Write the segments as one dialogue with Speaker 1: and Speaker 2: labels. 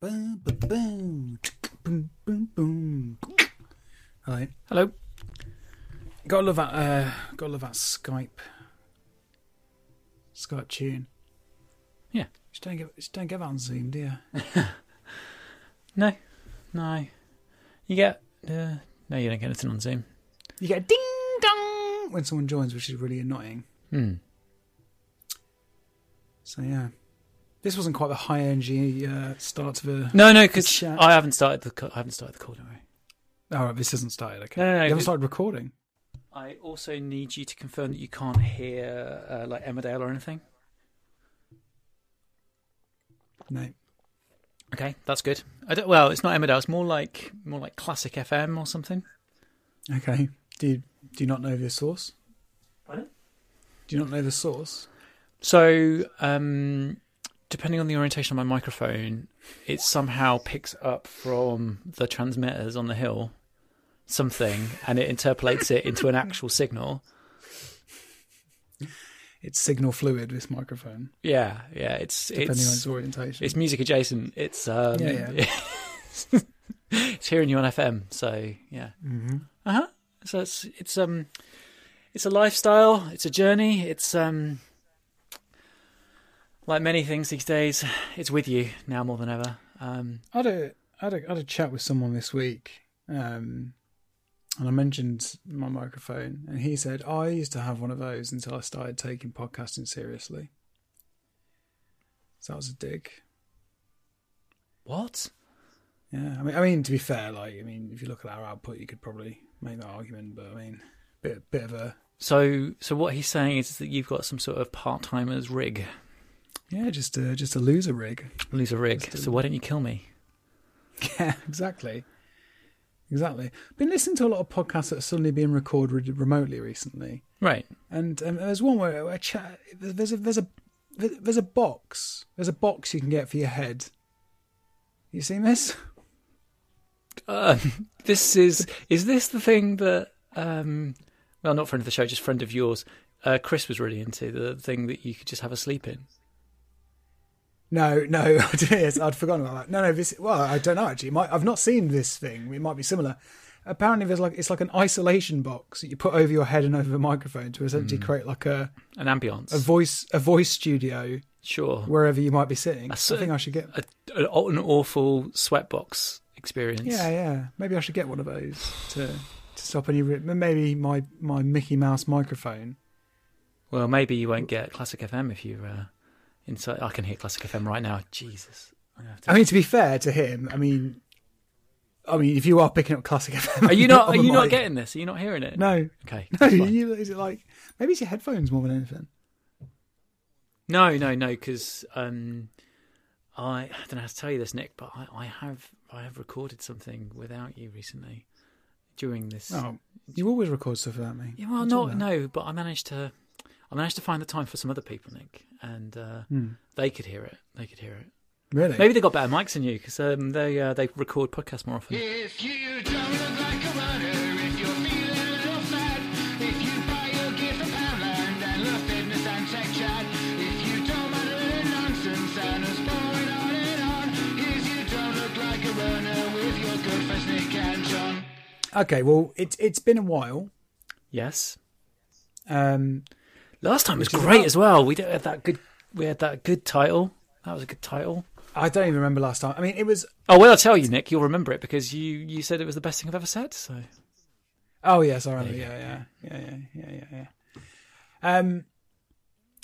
Speaker 1: Boom, boom, boom, boom, boom, boom. Right.
Speaker 2: Hello. Gotta love that. Uh, gotta love that Skype. Skype tune.
Speaker 3: Yeah.
Speaker 2: You don't get you don't get that on Zoom, do you?
Speaker 3: No, no. You get uh, no, you don't get anything on Zoom.
Speaker 2: You get a ding dong when someone joins, which is really annoying.
Speaker 3: Hmm.
Speaker 2: So yeah, this wasn't quite the high energy uh, start to the.
Speaker 3: No, no, because
Speaker 2: chat.
Speaker 3: I haven't started the co- I haven't started the call. Don't worry.
Speaker 2: All oh, right, this hasn't started. Okay,
Speaker 3: No, no, no,
Speaker 2: you haven't
Speaker 3: it-
Speaker 2: started recording.
Speaker 3: I also need you to confirm that you can't hear uh, like Emmerdale or anything.
Speaker 2: No.
Speaker 3: Okay, that's good. I don't, well, it's not Emmerdale. It's more like more like classic FM or something.
Speaker 2: Okay. Do you, do you not know the source?
Speaker 3: Pardon?
Speaker 2: Do you not know the source?
Speaker 3: So, um, depending on the orientation of my microphone, it somehow picks up from the transmitters on the hill something, and it interpolates it into an actual signal.
Speaker 2: It's signal fluid. This microphone,
Speaker 3: Yeah, yeah. It's
Speaker 2: depending on
Speaker 3: it's
Speaker 2: its orientation.
Speaker 3: it's music adjacent. It's um,
Speaker 2: Yeah,
Speaker 3: it's hearing you on FM. So yeah,
Speaker 2: mm-hmm.
Speaker 3: uh huh. So it's it's um, it's a lifestyle. It's a journey. It's um, like many things these days, it's with you now more than ever. Um,
Speaker 2: I had a I had a, I had a chat with someone this week, um, and I mentioned my microphone, and he said oh, I used to have one of those until I started taking podcasting seriously. So that was a dig.
Speaker 3: what?
Speaker 2: Yeah, I mean, I mean, to be fair, like, I mean, if you look at our output, you could probably make that argument, but I mean, bit bit of a
Speaker 3: So, so what he's saying is that you've got some sort of part-timer's rig,
Speaker 2: yeah, just a just a loser rig.
Speaker 3: loser rig.
Speaker 2: Just a-
Speaker 3: So why don't you kill me?
Speaker 2: Yeah, exactly, exactly. Been listening to a lot of podcasts that are suddenly being recorded remotely recently,
Speaker 3: Right. and
Speaker 2: and um, there's one where a chat. There's a there's a there's a box. There's a box you can get for your head. You seen this?
Speaker 3: Um, this is is this the thing that um, well, not friend of the show, just friend of yours. Uh, Chris was really into the thing that you could just have a sleep in.
Speaker 2: No, no, yes, I'd forgotten about that. No, no, this. Well, I don't know actually. It might, I've not seen this thing. It might be similar. Apparently, there's like it's like an isolation box that you put over your head and over the microphone to essentially create like a,
Speaker 3: An ambience.
Speaker 2: a voice a voice studio
Speaker 3: sure.
Speaker 2: wherever you might be sitting. I
Speaker 3: That's it.
Speaker 2: think I should get.
Speaker 3: A, an aw- an awful sweatbox experience.
Speaker 2: Yeah, yeah. Maybe I should get one of those to to stop any. Re- maybe my my Mickey Mouse microphone.
Speaker 3: Well, maybe you won't get Classic FM if you uh, inside. I can hear Classic FM right now. Jesus. I'm gonna have to-
Speaker 2: I mean, to be fair to him, I mean, I mean, if you are picking up classic FM,
Speaker 3: Are you not?
Speaker 2: on
Speaker 3: Are
Speaker 2: the
Speaker 3: you not
Speaker 2: mic-
Speaker 3: getting this? Are you not hearing it?
Speaker 2: No,
Speaker 3: Okay.
Speaker 2: no.
Speaker 3: that's fine.
Speaker 2: You, is it like maybe it's your headphones more than anything?
Speaker 3: No, no, no, because um, I, I don't know how to tell you this, Nick, but I, I have I have recorded something without you recently during this.
Speaker 2: Oh, you always record stuff without me.
Speaker 3: yeah, well,
Speaker 2: What's all that?
Speaker 3: not no, but I managed to I managed to find the time for some other people, Nick, and uh,
Speaker 2: Hmm.
Speaker 3: they could hear it. They could hear it.
Speaker 2: Really?
Speaker 3: Maybe they got better mics than you because um, they uh, they record podcasts more often.
Speaker 4: If you don't look like a runner, if you're feeling a little fat, if you buy your gear from Poundland and love fitness and tech chat, if you don't mind a little nonsense and it's boring on and on, here's you don't look like a runner with your good friends Nick and John.
Speaker 2: Okay. Well, it's it's been a while.
Speaker 3: Yes.
Speaker 2: Um,
Speaker 3: Last time was
Speaker 2: is
Speaker 3: great
Speaker 2: about-
Speaker 3: as well. We did- had that good. We had that good title. That was a good title.
Speaker 2: I don't even remember last time. I mean, it was.
Speaker 3: Oh well, I'll tell you, Nick. You'll remember it because you you said it was the best thing I've ever said. So
Speaker 2: Oh yes, I remember. Yeah, yeah, yeah, yeah, yeah, yeah, yeah. Um,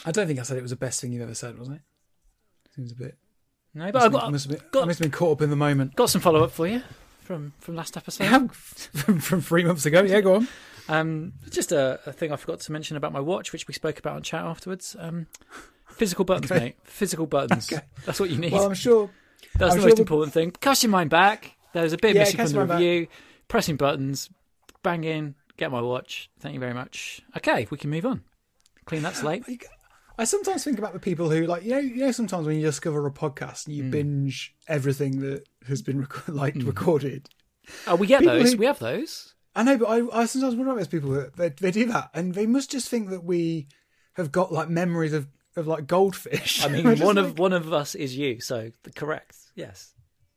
Speaker 2: I don't think I said it was the best thing you've ever said, was it? Seems a bit.
Speaker 3: no, but
Speaker 2: Must have
Speaker 3: I've got,
Speaker 2: been, must have been,
Speaker 3: got-
Speaker 2: must have been caught up in the moment.
Speaker 3: got some follow up for you from from last episode.
Speaker 2: from, from three months ago. Yeah, go on.
Speaker 3: Um, just a, a thing I forgot to mention about my watch, which we spoke about on chat afterwards. Um, physical buttons, mate. Physical buttons.
Speaker 2: Okay.
Speaker 3: That's what you need.
Speaker 2: Well, I'm sure.
Speaker 3: That's
Speaker 2: I'm
Speaker 3: the
Speaker 2: sure
Speaker 3: most
Speaker 2: we-
Speaker 3: important thing. Cast your mind back. There's a bit
Speaker 2: Yeah,
Speaker 3: missing
Speaker 2: cast
Speaker 3: from the
Speaker 2: your mind back.
Speaker 3: review. Pressing buttons, bang in, get my watch. Thank you very much. Okay, we can move on. Clean that slate.
Speaker 2: I sometimes think about the people who, like, you know, you know, sometimes when you discover a podcast and you
Speaker 3: Mm.
Speaker 2: binge everything that has been rec- like recorded.
Speaker 3: Oh, we get
Speaker 2: People
Speaker 3: those.
Speaker 2: who-
Speaker 3: We have those.
Speaker 2: I know, but I, I sometimes wonder about those people that they, they do that, and they must just think that we have got like memories of, of like goldfish.
Speaker 3: I mean, one of one of us is you, so the correct. Yes.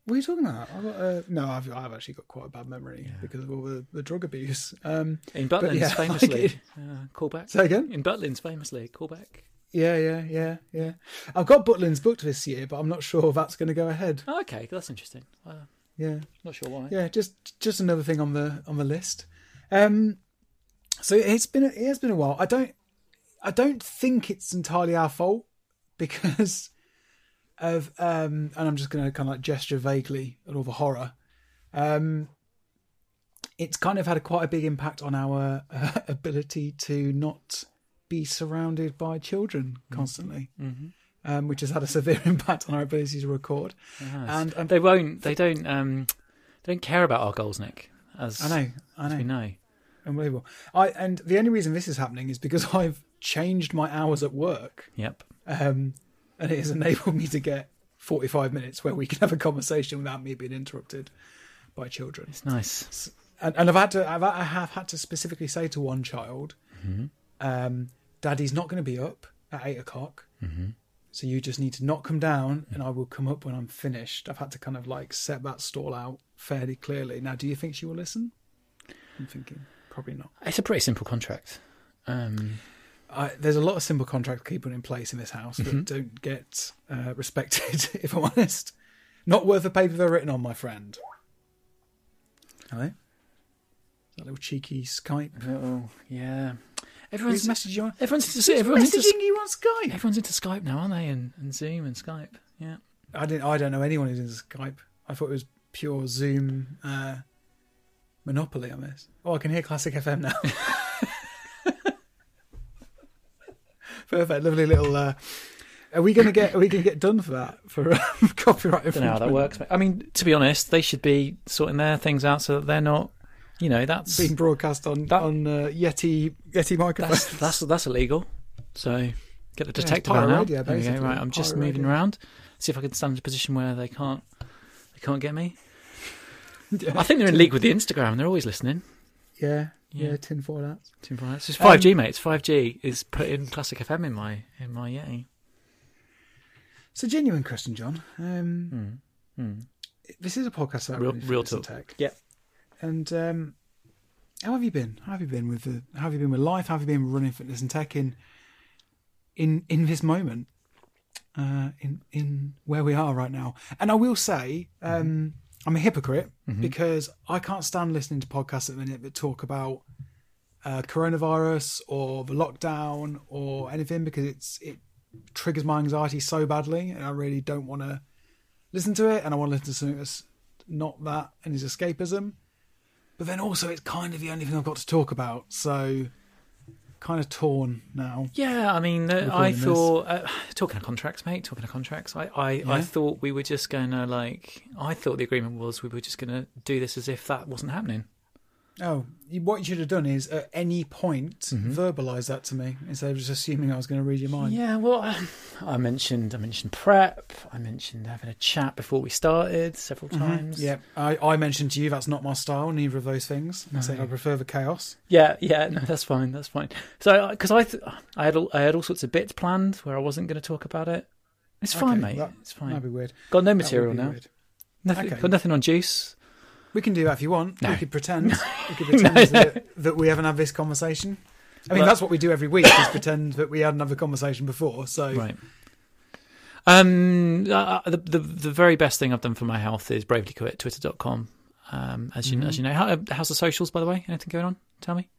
Speaker 2: What are you talking about? I've got, uh, no, I've, I've actually got quite a bad memory because of all the, the drug abuse. Um,
Speaker 3: In Butlins,
Speaker 2: yeah,
Speaker 3: famously.
Speaker 2: like it-
Speaker 3: uh, callback.
Speaker 2: say again?
Speaker 3: In Butlins, famously. Callback.
Speaker 2: Yeah, yeah, yeah, yeah. I've got Butlins booked this year, but I'm not sure that's going to go ahead.
Speaker 3: Oh, okay, that's interesting. Uh,
Speaker 2: Yeah,
Speaker 3: not sure why.
Speaker 2: yeah. Just just another thing on the on the list. Um, so it's been it has been a while. I don't I don't think it's entirely our fault because of um, and I'm just going to kind of like gesture vaguely at all the horror. Um, it's kind of had a, quite a big impact on our uh, ability to not be surrounded by children constantly, um, which has had a severe impact on our ability to record. And um,
Speaker 3: They won't. They don't. Um, they don't care about our goals, Nick. As
Speaker 2: I know, I
Speaker 3: as
Speaker 2: know.
Speaker 3: we know.
Speaker 2: Unbelievable. I and the only reason this is happening is because I've changed my hours at work,
Speaker 3: Yep.
Speaker 2: um, and it has enabled me to get forty-five minutes where we can have a conversation without me being interrupted by children.
Speaker 3: It's nice.
Speaker 2: And, and I've had to, I've, I have had to specifically say to one child, um, "Daddy's not going to be up at eight o'clock." So you just need to not come down, and I will come up when I'm finished. I've had to kind of like set that stall out fairly clearly. Now, do you think she will listen? I'm thinking probably not.
Speaker 3: It's a pretty simple contract. Um,
Speaker 2: I, there's a lot of simple contract keeping in place in this house that don't get uh, respected, if I'm honest. Not worth the paper they're written on, my friend. Hello? That little cheeky Skype.
Speaker 3: oh yeah.
Speaker 2: Who's
Speaker 3: Everyone's
Speaker 2: messaged you on?
Speaker 3: everyone's into, everyone's into
Speaker 2: messaging you on Skype?
Speaker 3: everyone's into Skype now, aren't they? And, and Zoom and Skype. Yeah.
Speaker 2: I, didn't, I don't know anyone who's into Skype. I thought it was pure Zoom uh, monopoly on this. Oh, I can hear Classic FM now. Perfect, lovely little. Uh, are we going to get? Are we going to get done for that for um, copyright
Speaker 3: Don't know how
Speaker 2: infringement?
Speaker 3: that works. I mean, to be honest, they should be sorting their things out so that they're not. You know, that's
Speaker 2: Being broadcast on
Speaker 3: That-
Speaker 2: on uh, Yeti Yeti microphones.
Speaker 3: that's that's that's illegal. So get the
Speaker 2: it's
Speaker 3: detector
Speaker 2: pirate
Speaker 3: van out.
Speaker 2: radio,
Speaker 3: There we go.
Speaker 2: basically.
Speaker 3: Right, I'm just
Speaker 2: Pirate
Speaker 3: moving
Speaker 2: radio.
Speaker 3: around. See if I can stand in a position where they can't they can't get me. I think they're in league with the Instagram. They're always listening.
Speaker 2: yeah, yeah,
Speaker 3: Yeah.
Speaker 2: tin foil hats.
Speaker 3: Tim Bryant. It's
Speaker 2: Um,
Speaker 3: five G, mates. Five G is put in Classic FM in my in my Yeti.
Speaker 2: It's a genuine question, John. Um, This is a podcast about
Speaker 3: Hmm. Real-
Speaker 2: really
Speaker 3: real
Speaker 2: fitness and
Speaker 3: talk.
Speaker 2: tech.
Speaker 3: Yep.
Speaker 2: And um, how have you been? How have you been with the? How have you been with life? How have you been running fitness and tech in in in this moment? Uh, in in where we are right now, and I will say,
Speaker 3: Mm-hmm.
Speaker 2: um, I'm a hypocrite because I can't stand listening to podcasts at the minute that talk about uh, coronavirus or the lockdown or anything because it's it triggers my anxiety so badly, and I really don't want to listen to it, and I want to listen to something that's not that and is escapism. But then also, it's kind of the only thing I've got to talk about, so kind of torn now.
Speaker 3: Yeah, I mean, uh,
Speaker 2: Recording
Speaker 3: I
Speaker 2: this.
Speaker 3: thought uh, talking of contracts, mate. Talking of contracts, I I, I thought we were just gonna like. I thought the agreement was we were just gonna do this as if that wasn't happening.
Speaker 2: Oh, you, what you should have done is at any point verbalise that to me instead of just assuming I was going to read your mind.
Speaker 3: Mm-hmm. Yeah, well, um, I mentioned I mentioned prep. I mentioned having a chat before we started several times.
Speaker 2: Mm-hmm. Yeah, I, I mentioned to you that's not my style, neither of those things. I said I prefer the chaos.
Speaker 3: yeah, yeah. No, that's fine. That's fine. So, because I th- I had all, I had all sorts of bits planned where I wasn't going to talk about it. It's fine,
Speaker 2: Okay,
Speaker 3: mate.
Speaker 2: that-
Speaker 3: it's
Speaker 2: That'd be
Speaker 3: fine.
Speaker 2: weird.
Speaker 3: Got no
Speaker 2: That would
Speaker 3: material
Speaker 2: be
Speaker 3: now.
Speaker 2: weird.
Speaker 3: Nothing.
Speaker 2: Okay.
Speaker 3: Got nothing on juice.
Speaker 2: We can do that if you want.
Speaker 3: No.
Speaker 2: We could pretend. We could pretend that, that we haven't had this conversation. I mean,
Speaker 3: Well-
Speaker 2: that's what we do every week: is pretend that we had another conversation before. So,
Speaker 3: Right. Um, uh, the, the the very best thing I've done for my health is bravely quit twitter.com. Um, as you
Speaker 2: Mm-hmm.
Speaker 3: as you know, How, how's the socials by the way? Anything going on? Tell me.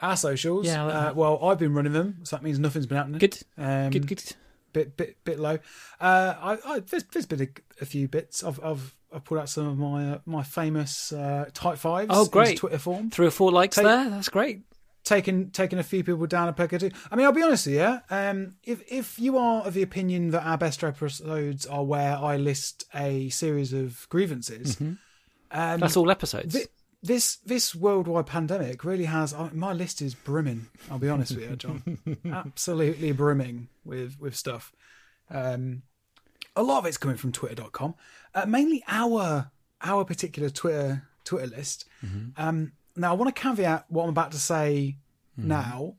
Speaker 2: our socials.
Speaker 3: Yeah, I'll-
Speaker 2: uh, well, I've been running them, so that means nothing's been happening.
Speaker 3: Good.
Speaker 2: Um,
Speaker 3: good. Good.
Speaker 2: Bit, bit, bit low. Uh, I, I, there's, there's been a, a few bits. I've, I've, I've pulled out some of my, uh, my famous uh, type fives.
Speaker 3: Oh,
Speaker 2: into
Speaker 3: great.
Speaker 2: Twitter form.
Speaker 3: Three or four likes
Speaker 2: Take-
Speaker 3: there. That's great.
Speaker 2: taking taking a few people down a peg or two. I mean, I'll be honest with you. Um, if if you are of the opinion that our best episodes are where I list a series of grievances, um,
Speaker 3: That's all episodes.
Speaker 2: thi- this this worldwide pandemic really has I my list is brimming. I'll be honest with you, John. Absolutely brimming with with stuff. Um, a lot of it's coming from Twitter.com, uh, mainly our our particular Twitter Twitter list. Um, now I want to caveat what I'm about to say now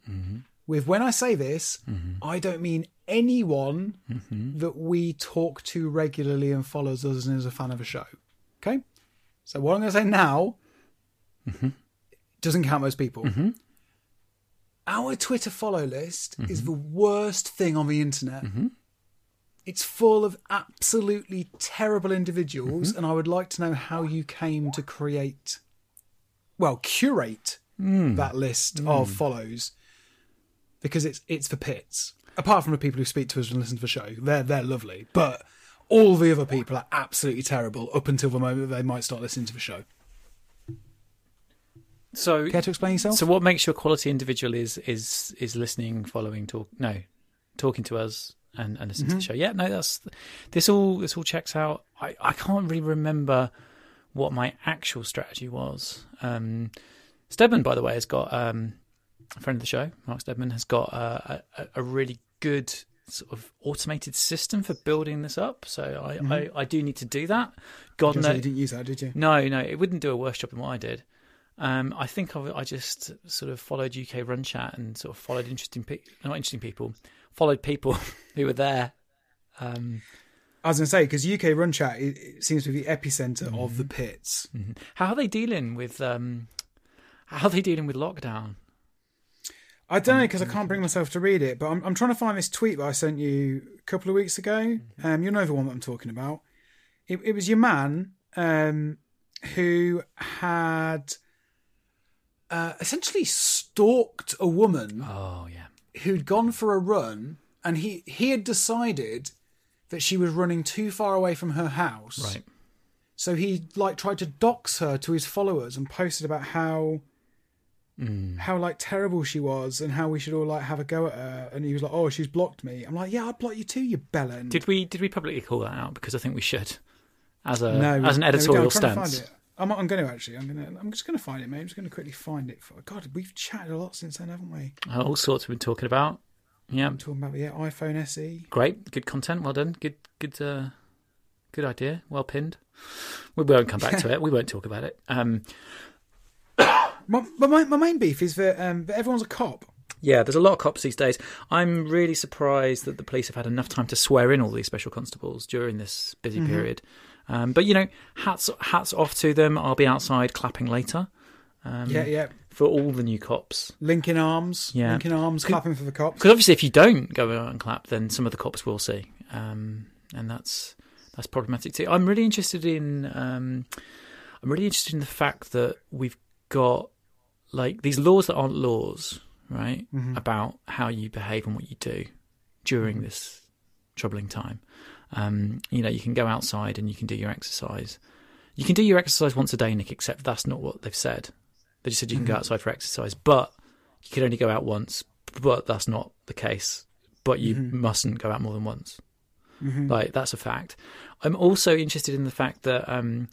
Speaker 2: with when I say this, I don't mean anyone that we talk to regularly and follows us and is a fan of a show. Okay? So what I'm going to say now doesn't count most people. Our Twitter follow list is the worst thing on the internet. It's full of absolutely terrible individuals, and I would like to know how you came to create, well, curate that list of follows, because it's it's the pits. Apart from the people who speak to us and listen to the show, they're they're lovely, but all the other people are absolutely terrible up until the moment they might start listening to the show.
Speaker 3: So,
Speaker 2: Care to explain yourself?
Speaker 3: so what makes you a quality individual is is is listening, following, talk. No, talking to us and, and listening to the show. Yeah, no, that's this all this all checks out. I I can't really remember what my actual strategy was. Um, Stedman, by the way, has got um, a friend of the show, Mark Stedman, has got uh, a, a, a really good sort of automated system for building this up. So I I, I do need to do that. God
Speaker 2: Just so
Speaker 3: knows.
Speaker 2: you didn't use that, did you?
Speaker 3: No, no, it wouldn't do a worse job than what I did. Um, I think I, I just sort of followed UK Run Chat and sort of followed interesting, pe- not interesting people, followed people who were there. Um,
Speaker 2: I was going to say because UK Run Chat it, it seems to be the epicenter of the pits.
Speaker 3: how are they dealing with? Um, how are they dealing with lockdown?
Speaker 2: I don't know because I can't bring myself to read it, but I'm, I'm trying to find this tweet that I sent you a couple of weeks ago. Um, you'll know the one that I'm talking about. It, it was your man um, who had uh, essentially stalked a woman
Speaker 3: Oh yeah,
Speaker 2: who'd gone for a run, and he he had decided that she was running too far away from her house.
Speaker 3: right.
Speaker 2: So he like tried to dox her to his followers and posted about how how like terrible she was and how we should all like have a go at her. And he was like, "Oh, she's blocked me." I'm like, "Yeah, I'd block you too, you bellend."
Speaker 3: Did we did we publicly call that out? Because I think we should, as a
Speaker 2: no, we-
Speaker 3: as an
Speaker 2: no, we don't.
Speaker 3: editorial
Speaker 2: I'm trying to find
Speaker 3: stance.
Speaker 2: it. I'm, I'm going to actually. I'm going to. I'm just going to find it, mate. I'm just going to quickly find it. For God, we've chatted a lot since then, haven't we?
Speaker 3: Uh, All sorts we've been talking about. Yeah,
Speaker 2: Talking about the iPhone E. SE.
Speaker 3: great, good content. Well done. Good, good, uh, good idea. Well pinned. We won't come back to it. We won't talk about it. Um,
Speaker 2: My, my, main- my main beef is that, um, that everyone's a cop.
Speaker 3: yeah, there's a lot of cops these days. I'm really surprised that the police have had enough time to swear in all these special constables during this busy period. Um, but you know, hats hats off to them. I'll be outside clapping later um,
Speaker 2: yeah, yeah.
Speaker 3: for all the new cops.
Speaker 2: Linking arms.
Speaker 3: Yeah.
Speaker 2: Linking arms. clapping for the cops.
Speaker 3: Because obviously, if you don't go out and clap, then some of the cops will see, um, and that's that's problematic too. I'm really interested in um, I'm really interested in the fact that we've got like these laws that aren't laws, right? About how you behave and what you do during this troubling time. Um, you know, you can go outside and you can do your exercise. You can do your exercise once a day, Nick. Except that's not what they've said. They just said you can go outside for exercise, but you can only go out once, but that's not the case. But you mustn't go out more than once. Like that's a fact. I'm also interested in the fact that um,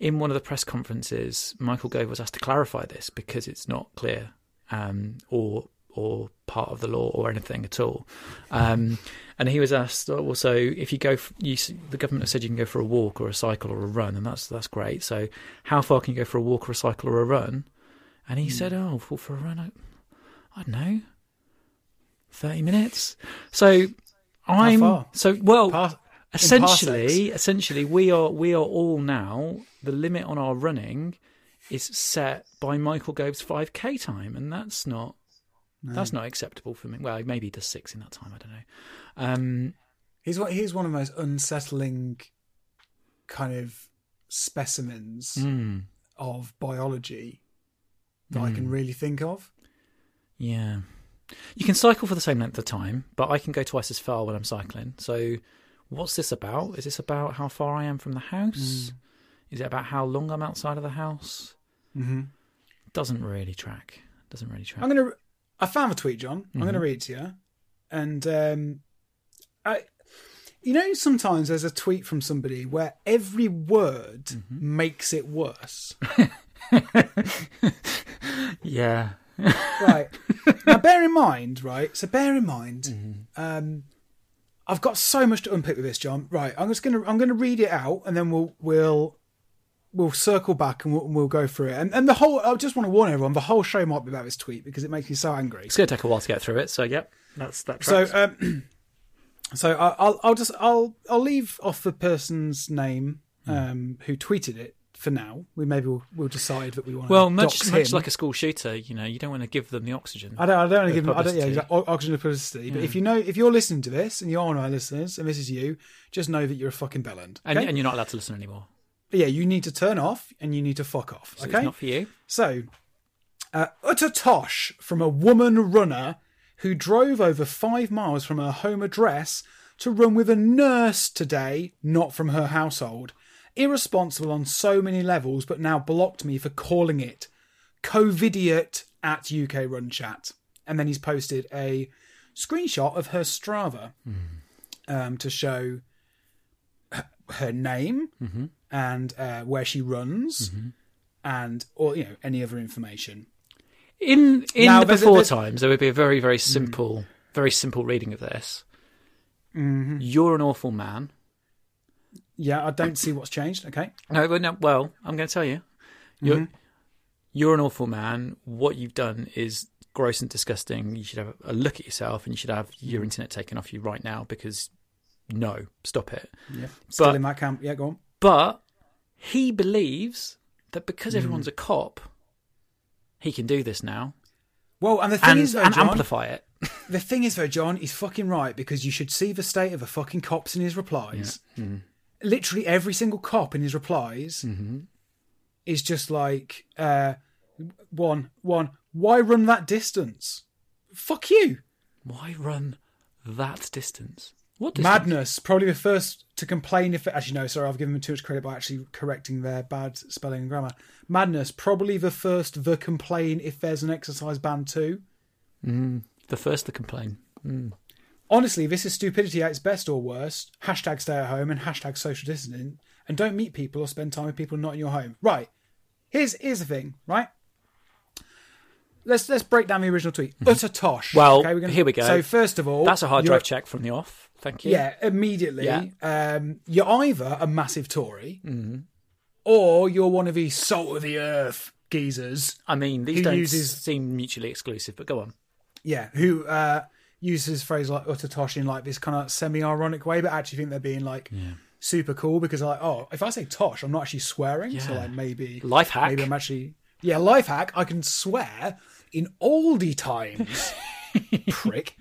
Speaker 3: in one of the press conferences, Michael Gove was asked to clarify this because it's not clear um, or or part of the law or anything at all. Um, and he was asked also if you go, f- you, s- the government has said you can go for a walk or a cycle or a run, and that's that's great. So how far can you go for a walk or a cycle or a run? And he said, oh, for, for a run, I, I don't know, thirty minutes. So I'm
Speaker 2: far?
Speaker 3: so well
Speaker 2: Pass- in
Speaker 3: essentially essentially we are we are all now the limit on our running is set by Michael Gove's 5k time and that's not that's not acceptable for me well maybe he does 6 in that time I don't know um
Speaker 2: He's one, he's one of the most unsettling kind of specimens
Speaker 3: mm,
Speaker 2: of biology that I can really think of.
Speaker 3: yeah you can cycle for the same length of time but I can go twice as far when I'm cycling so what's this about is this about how far I am from the house is it about how long I'm outside of the house
Speaker 2: Mhm.
Speaker 3: doesn't really track doesn't really track
Speaker 2: I'm gonna. I found the tweet, John. I'm gonna read it to you, and um, I. You know, sometimes there's a tweet from somebody where every word makes it worse.
Speaker 3: yeah
Speaker 2: right. Now, bear in mind, right? So, bear in mind,
Speaker 3: Mm-hmm.
Speaker 2: um, I've got so much to unpick with this, John. Right. I'm just gonna I'm gonna read it out, and then we'll we'll we'll circle back and we'll, and we'll go through it. And, and the whole, I just want to warn everyone, the whole show might be about this tweet because it makes me so angry.
Speaker 3: It's going to take a while to get through it. So, yep, that's that.
Speaker 2: So,
Speaker 3: tracks.
Speaker 2: um, so I- I'll I'll just I'll I'll leave off the person's name
Speaker 3: Mm.
Speaker 2: um, who tweeted it for now. We maybe we'll, we'll decide that we want
Speaker 3: well,
Speaker 2: to
Speaker 3: much
Speaker 2: dox
Speaker 3: much
Speaker 2: him.
Speaker 3: like a school shooter, you know, you don't want to give them the oxygen.
Speaker 2: I don't, I don't want to give them, I don't, yeah,
Speaker 3: publicity.
Speaker 2: exact- o- oxygen of publicity. But if you know, if you're listening to this and you are one of our listeners and this is you, just know that you're a fucking bellend.
Speaker 3: and,
Speaker 2: Okay?
Speaker 3: and you're not allowed to listen anymore.
Speaker 2: But yeah, you need to turn off and you need to fuck off.
Speaker 3: So
Speaker 2: okay.
Speaker 3: It's not for you.
Speaker 2: So, uh, utter tosh from a woman runner who drove over five miles from her home address to run with a nurse today, not from her household. Irresponsible on so many levels, but now blocked me for calling it COVIDiot at UK Run Chat. And then he's posted a screenshot of her Strava um, to show her, her name and uh, where she runs and or you know any other information.
Speaker 3: In in
Speaker 2: Now,
Speaker 3: the
Speaker 2: there's a-
Speaker 3: before
Speaker 2: there's-
Speaker 3: times, there would be a very very simple, very simple reading of this. You're an awful man.
Speaker 2: Yeah, I don't see what's changed. Okay,
Speaker 3: No, well, no, well I'm going to tell you. You're you're an awful man. What you've done is gross and disgusting. You should have a look at yourself, and you should have your internet taken off you right now because no, stop it.
Speaker 2: still
Speaker 3: But-
Speaker 2: in that camp. Yeah, go on.
Speaker 3: But he believes that because everyone's a cop, he can do this now
Speaker 2: Well, and the thing
Speaker 3: and,
Speaker 2: is, though,
Speaker 3: and
Speaker 2: John,
Speaker 3: amplify it.
Speaker 2: the thing is, though, John, he's fucking right because you should see the state of the fucking cops in his replies.
Speaker 3: Mm-hmm.
Speaker 2: Literally every single cop in his replies
Speaker 3: Mm-hmm.
Speaker 2: is just like uh, one, one. Why run that distance? Fuck you.
Speaker 3: Why run that distance? What distance?
Speaker 2: Madness, probably the first to complain if actually no, sorry, I've given them too much credit by actually correcting their bad spelling and grammar. Madness, probably the first the complain if there's an exercise ban too.
Speaker 3: The first to complain.
Speaker 2: Honestly, this is stupidity at its best or worst. Hashtag stay at home and hashtag social distancing and don't meet people or spend time with people not in your home. Right. Here's here's the thing, right? Let's let's break down the original tweet. Utter tosh.
Speaker 3: Mm-hmm. Well,
Speaker 2: we're gonna-
Speaker 3: here we go.
Speaker 2: So first of all
Speaker 3: That's a hard
Speaker 2: you're-
Speaker 3: drive check from the off. Thank you.
Speaker 2: Yeah, immediately. Um, you're either a massive Tory or you're one of these salt of the earth geezers.
Speaker 3: I mean, these
Speaker 2: Who
Speaker 3: don't
Speaker 2: uses-
Speaker 3: seem mutually exclusive, but go on.
Speaker 2: Yeah, who uh, uses phrase like utter tosh in like this kind of semi ironic way, but actually think they're being like super cool because like, oh, if I say tosh, I'm not actually swearing. So
Speaker 3: Yeah.
Speaker 2: like maybe
Speaker 3: Life hack.
Speaker 2: Maybe I'm actually yeah, life hack. I can swear in oldie times. Prick.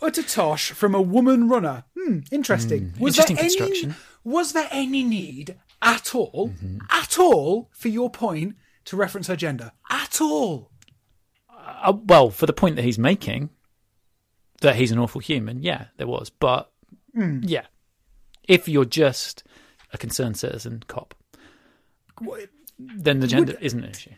Speaker 2: Utter tosh from a woman runner. Hmm, interesting. was
Speaker 3: interesting
Speaker 2: there
Speaker 3: construction. Mm-hmm.
Speaker 2: Any, was there any need at all, at all, for your point to reference her gender at all?
Speaker 3: Uh, well, for the point that he's making, that he's an awful human, yeah, there was. But yeah, if you're just a concerned citizen cop,
Speaker 2: What-
Speaker 3: then the gender isn't an issue.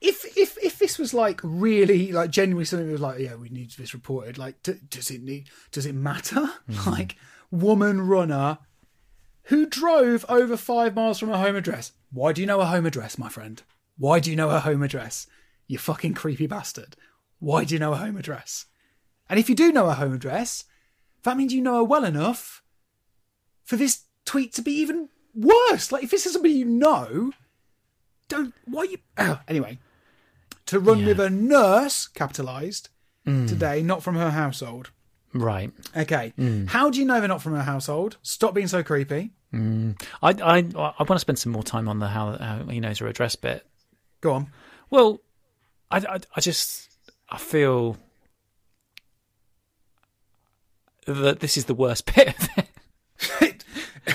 Speaker 2: if if if this was like really like genuinely something that was like yeah we need this reported like d- does it need does it matter like woman runner who drove over five miles from her home address why do you know her home address my friend why do you know her home address you fucking creepy bastard why do you know her home address and if you do know her home address that means you know her well enough for this tweet to be even worse like if this is somebody you know don't why you anyway to run with a nurse capitalized today not from her household
Speaker 3: Right.
Speaker 2: okay how do you know they're not from her household stop being so creepy
Speaker 3: I I I want to spend some more time on the how, how he knows her address bit.
Speaker 2: go on
Speaker 3: Well, I, I, I just I feel that this is the worst bit. Of it.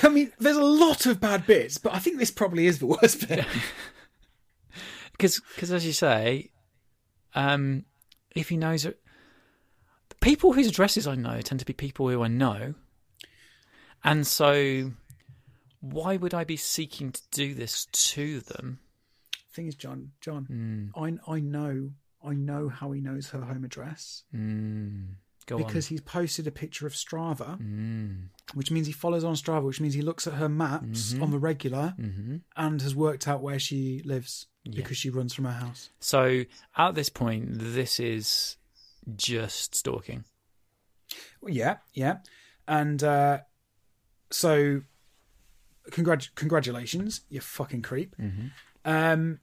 Speaker 2: i mean there's a lot of bad bits but i think this probably is the worst bit
Speaker 3: because as you say, um, if he knows it, the people whose addresses I know tend to be people who I know, and so why would I be seeking to do this to them?
Speaker 2: thing is john john i i know i know how he knows her home address
Speaker 3: Go
Speaker 2: because he's posted a picture of Strava, which means he follows on Strava, which means he looks at her maps on the regular and has worked out where she lives because she runs from her house.
Speaker 3: on. So at this point, this is just stalking.
Speaker 2: Well, yeah, yeah, and uh, so congrat- congratulations, you fucking creep. Um,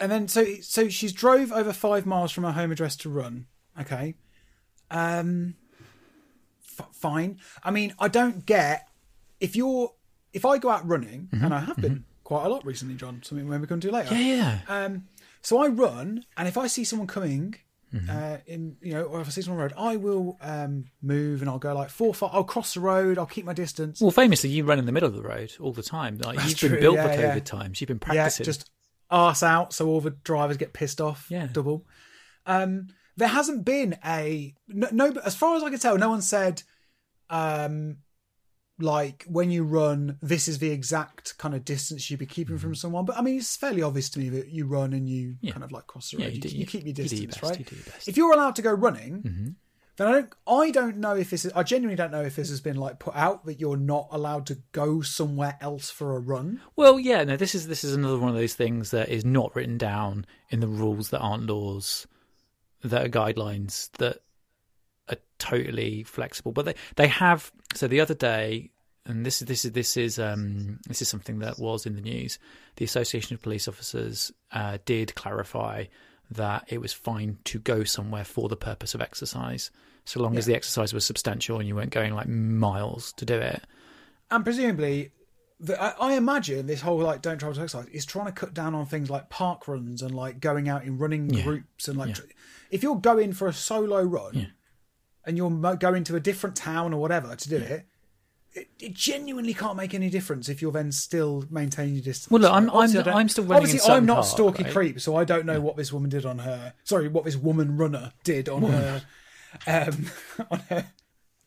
Speaker 2: and then so so she's drove over five miles from her home address to run. Okay, um, f- fine. I mean, I don't get if you're if I go out running, and I have been quite a lot recently, John. Something when we come to later.
Speaker 3: Yeah, yeah.
Speaker 2: Um, so I run, and if I see someone coming,
Speaker 3: Mm-hmm.
Speaker 2: uh, in you know, or if I see someone on the road, I will um, move and I'll go like four, five. I'll cross the road. I'll keep my distance.
Speaker 3: well, famously, you run in the middle of the road all the time. Like, you've
Speaker 2: true,
Speaker 3: been built
Speaker 2: yeah,
Speaker 3: for
Speaker 2: yeah.
Speaker 3: COVID times. You've been
Speaker 2: yeah,
Speaker 3: practicing.
Speaker 2: just arse out, so all the drivers get pissed off.
Speaker 3: Yeah.
Speaker 2: double. Um, there hasn't been a no, no. As far as I can tell, no one said, um, like when you run, this is the exact kind of distance you'd be keeping from someone. But I mean, it's fairly obvious to me that you run and you
Speaker 3: Mm-hmm. Yeah.
Speaker 2: kind of like cross the road.
Speaker 3: yeah,
Speaker 2: you,
Speaker 3: do-
Speaker 2: you keep your
Speaker 3: do
Speaker 2: distance,
Speaker 3: best,
Speaker 2: right?
Speaker 3: You do your best.
Speaker 2: if you're allowed to go running, then I don't. I don't know if this. Is, I genuinely don't know if this has been like put out that you're not allowed to go somewhere else for a run.
Speaker 3: Well, yeah, no, this is this is another one of those things that is not written down in the rules that aren't laws, that are guidelines that are totally flexible. But they they have so the other day, and this is this is this is um this is something that was in the news. The Association of Police Officers uh, did clarify that it was fine to go somewhere for the purpose of exercise, so long as the exercise was substantial and you weren't going like miles to do it.
Speaker 2: And presumably, the, I, I imagine this whole like don't travel to exercise is trying to cut down on things like park runs and like going out in running groups and like tr- if you're going for a solo run and you're mo- going to a different town or whatever to do it. It, it genuinely can't make any difference if you're then still maintaining your distance.
Speaker 3: Well, look, I'm-
Speaker 2: Obviously,
Speaker 3: I'm-
Speaker 2: I don't-
Speaker 3: I'm still running in
Speaker 2: Obviously,
Speaker 3: Sutton
Speaker 2: I'm not
Speaker 3: Park,
Speaker 2: stalky
Speaker 3: right?
Speaker 2: creep, so I don't know what this woman did on her. Sorry, what this woman runner did on her. Um, on her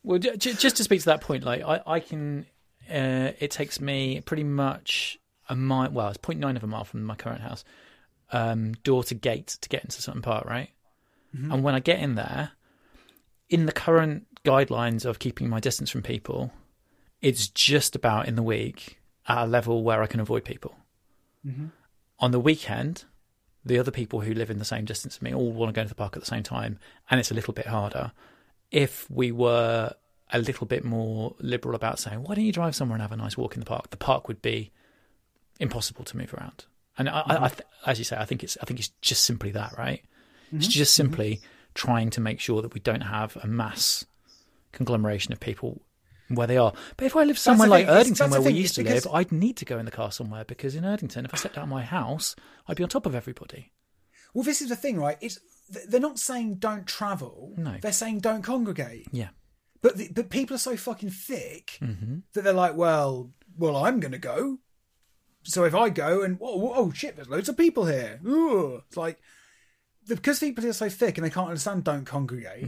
Speaker 3: Well, ju- ju- just to speak to that point, like I, I can, uh, it takes me pretty much a mile. Well, it's 0.9 of a mile from my current house, um, door to gate to get into Sutton Park, right? And when I get in there, in the current guidelines of keeping my distance from people, it's just about in the week at a level where I can avoid people. On the weekend, the other people who live in the same distance as me all want to go to the park at the same time, and it's a little bit harder. If we were a little bit more liberal about saying, why don't you drive somewhere and have a nice walk in the park? The park would be impossible to move around. And I, I, I
Speaker 2: Mm-hmm.
Speaker 3: th- as you say, I think it's I think it's just simply that, right?
Speaker 2: Mm-hmm.
Speaker 3: It's just simply trying to make sure that we don't have a mass conglomeration of people where they are. But if I live somewhere
Speaker 2: the
Speaker 3: like
Speaker 2: thing, it's-
Speaker 3: Erdington,
Speaker 2: that's the
Speaker 3: where we
Speaker 2: thing,
Speaker 3: used to
Speaker 2: it's because-
Speaker 3: live, I'd need to go in the car somewhere because in Erdington, if I stepped out of my house, I'd be on top of everybody.
Speaker 2: Well, this is the thing, right? It's th- they're not saying don't travel.
Speaker 3: No.
Speaker 2: they're saying don't congregate.
Speaker 3: Yeah.
Speaker 2: But the, but people are so fucking thick that they're like, well, well, I'm gonna go. So if I go and whoa, whoa, oh shit, there's loads of people here. Ooh. It's like the- because people are so thick and they can't understand don't congregate.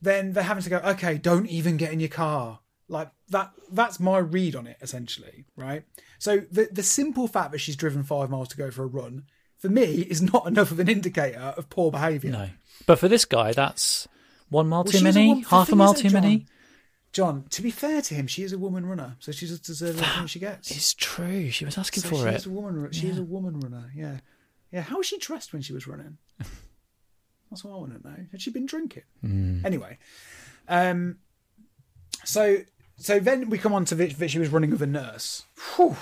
Speaker 2: Then they're having to go. Okay, don't even get in your car. Like that. That's my read on it, essentially, right? So the the simple fact that she's driven five miles to go for a run for me is not enough of an indicator of poor behaviour.
Speaker 3: No. But for this guy, that's one mile
Speaker 2: Well,
Speaker 3: too
Speaker 2: she's a
Speaker 3: many,
Speaker 2: woman- the
Speaker 3: half a
Speaker 2: thing
Speaker 3: mile
Speaker 2: is,
Speaker 3: too
Speaker 2: John,
Speaker 3: many.
Speaker 2: John, to be fair to him, she is a woman runner, so she just deserves everything she gets.
Speaker 3: It's true. She was asking
Speaker 2: So
Speaker 3: for
Speaker 2: she
Speaker 3: it.
Speaker 2: is a woman. ru- She is a woman runner. Yeah, yeah. How was she dressed when she was running? That's what I want to know. Had she been drinking?
Speaker 3: Hmm.
Speaker 2: Anyway, um, so so then we come on to that she was running with a nurse. Whew.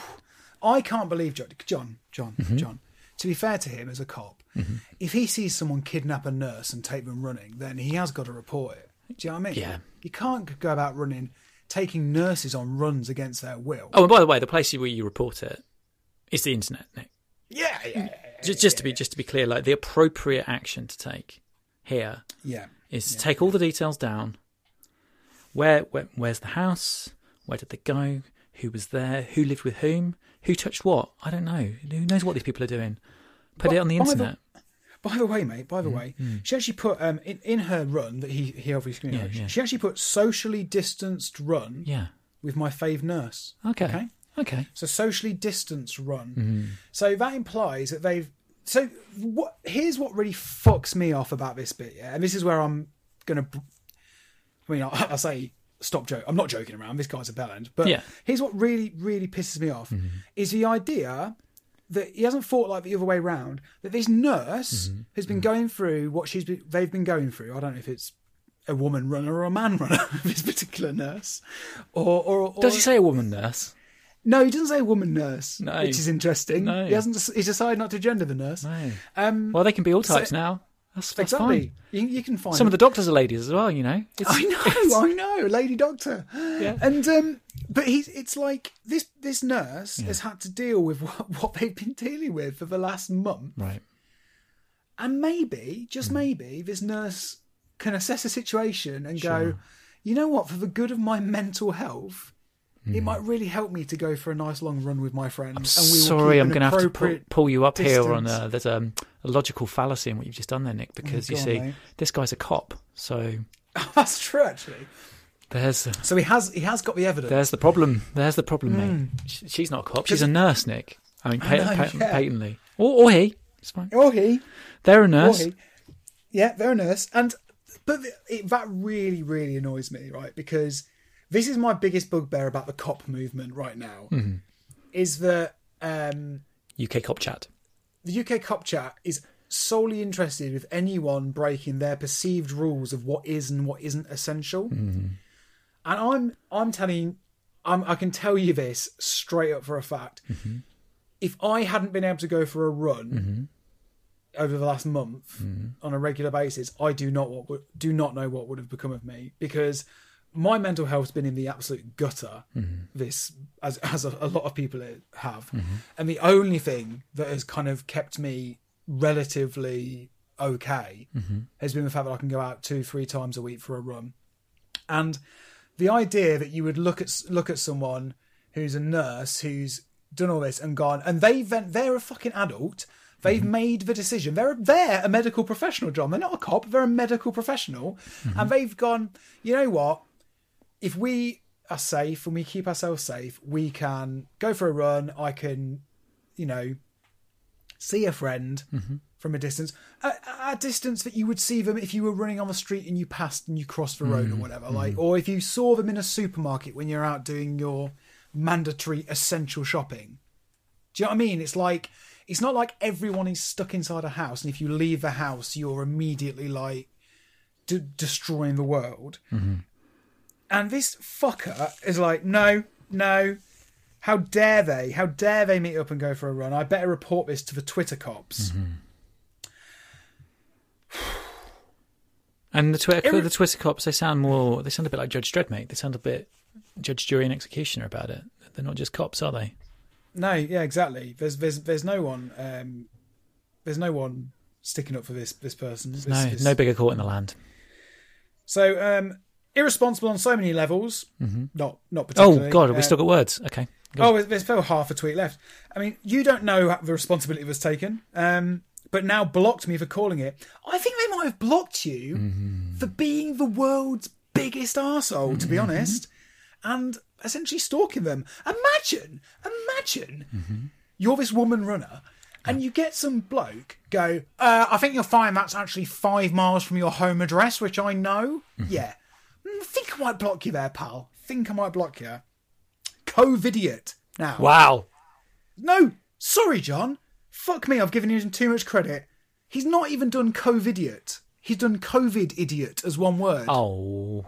Speaker 2: I can't believe John, John, John,
Speaker 3: Mm-hmm.
Speaker 2: John. To be fair to him, as a cop, if he sees someone kidnap a nurse and take them running, then he has got to report it. Do you know what I mean?
Speaker 3: Yeah.
Speaker 2: You can't go about running, taking nurses on runs against their will.
Speaker 3: Oh, and by the way, the place where you report it is the internet, Nick.
Speaker 2: yeah, yeah,
Speaker 3: Just, just to be just to be clear, like the appropriate action to take here
Speaker 2: yeah.
Speaker 3: is to take all the details down. Where, where where's the house? Where did they go? Who was there? Who lived with whom? Who touched what? I don't know. Who knows what these people are doing? Put it on the
Speaker 2: by the-
Speaker 3: internet.
Speaker 2: By the way, mate. By
Speaker 3: Mm,
Speaker 2: the way, she actually put um in, in her run that he he obviously you know,
Speaker 3: Yeah, yeah.
Speaker 2: she actually put socially distanced run
Speaker 3: yeah.
Speaker 2: with my fave nurse.
Speaker 3: Okay. Okay.
Speaker 2: Okay. So socially distanced run. So that implies that they've. So what? Here's what really fucks me off about this bit, yeah. And this is where I'm gonna. b- I mean, I, I say stop joke. I'm not joking around. This guy's a bellend. But
Speaker 3: Yeah.
Speaker 2: here's what really, really pisses me off: is the idea that he hasn't thought like the other way round. That this nurse has been going through what she's been, they've been going through. I don't know if it's a woman runner or a man runner. this particular nurse, or or, or
Speaker 3: Does he say a woman nurse?
Speaker 2: No, he doesn't say woman nurse,
Speaker 3: No.
Speaker 2: which is interesting.
Speaker 3: No.
Speaker 2: He hasn't. He's decided not to gender the nurse.
Speaker 3: No.
Speaker 2: Um,
Speaker 3: Well, they can be all types
Speaker 2: So-
Speaker 3: now. That's, that's
Speaker 2: exactly.
Speaker 3: fine.
Speaker 2: You, you can find
Speaker 3: Some of the doctors are ladies as well, you know. It's-
Speaker 2: I know, I know, Lady Doctor.
Speaker 3: Yeah.
Speaker 2: And um, but he's it's like this this nurse has had to deal with what, what they've been dealing with for the last month,
Speaker 3: Right.
Speaker 2: and maybe just
Speaker 3: Mm.
Speaker 2: maybe this nurse can assess a situation and go, you know what, for the good of my mental health.
Speaker 3: Mm.
Speaker 2: It might really help me to go for a nice long run with my friends. and we will
Speaker 3: Sorry,
Speaker 2: keep
Speaker 3: I'm
Speaker 2: an
Speaker 3: going to have to pull,
Speaker 2: appropriate-
Speaker 3: pull you up here on
Speaker 2: distance. Oh,
Speaker 3: uh there's um, a logical fallacy in what you've just done there, Nick, because you
Speaker 2: go on,
Speaker 3: see,
Speaker 2: mate.
Speaker 3: this guy's a cop, so
Speaker 2: That's true, actually.
Speaker 3: there's
Speaker 2: So he has he has got the evidence.
Speaker 3: there's the problem. There's the problem,
Speaker 2: Hmm.
Speaker 3: mate. Sh- She's not a cop. She's a nurse, Nick. I mean, pa-
Speaker 2: know,
Speaker 3: pa-
Speaker 2: yeah.
Speaker 3: patently, or, or he. It's fine.
Speaker 2: Or Oh, he,
Speaker 3: They're a
Speaker 2: or
Speaker 3: nurse.
Speaker 2: he. Yeah, they're a nurse, and but th- it, that really really annoys me, right? Because this is my biggest bugbear about the cop movement right now. Is that um,
Speaker 3: UK cop chat.
Speaker 2: the UK cop chat is solely interested with anyone breaking their perceived rules of what is and what isn't essential. And I'm I'm telling I'm, I can tell you this straight up for a fact. If I hadn't been able to go for a run over the last month on a regular basis, I do not what would, do not know what would have become of me because my mental health's been in the absolute gutter. This as as a, a lot of people have, and the only thing that has kind of kept me relatively okay has been the fact that I can go out two three times a week for a run, and the idea that you would look at look at someone who's a nurse who's done all this and gone and they then they're a fucking adult they've made the decision they're they're a medical professional john they're not a cop they're a medical professional and they've gone you know what if we are safe and we keep ourselves safe we can go for a run i can you know see a friend from a distance, a, a distance that you would see them if you were running on the street and you passed and you crossed the road or whatever, like, or if you saw them in a supermarket when you're out doing your mandatory essential shopping. Do you know what I mean? It's like it's not like everyone is stuck inside a house, and if you leave the house, you're immediately like d- destroying the world. And this fucker is like, no, no, how dare they? How dare they meet up and go for a run? I better report this to the Twitter cops.
Speaker 3: Mm-hmm. And the Twitter,
Speaker 2: Every-
Speaker 3: the Twitter cops, they sound more. They sound a bit like Judge Dredd, mate. They sound a bit Judge, Jury, and Executioner about it. They're not just cops, are they?
Speaker 2: No, yeah, exactly. There's there's there's no one um, there's no one sticking up for this this person. This,
Speaker 3: No,
Speaker 2: this-
Speaker 3: no bigger court in the land.
Speaker 2: So um, irresponsible on so many levels. Not not particularly.
Speaker 3: Mm-hmm. Oh God,
Speaker 2: Uh,
Speaker 3: have we still got words? Okay. Go
Speaker 2: Oh, there's still half a tweet left. I mean, you don't know how the responsibility was taken, um, but now blocked me for calling it. I think they might have blocked
Speaker 3: Mm-hmm.
Speaker 2: you for being the world's biggest arsehole, to be honest, and essentially stalking them. Imagine, imagine you're this woman runner. And you get some bloke go, uh, I think you'll find that's actually five miles from your home address, which I know. Yeah. Mm, I think I might block you there, pal. Think I might block you. Covidiot now.
Speaker 3: Wow.
Speaker 2: No, sorry, John. Fuck me, I've given him too much credit. He's not even done Covidiot. He's done COVID idiot as one word.
Speaker 3: Oh.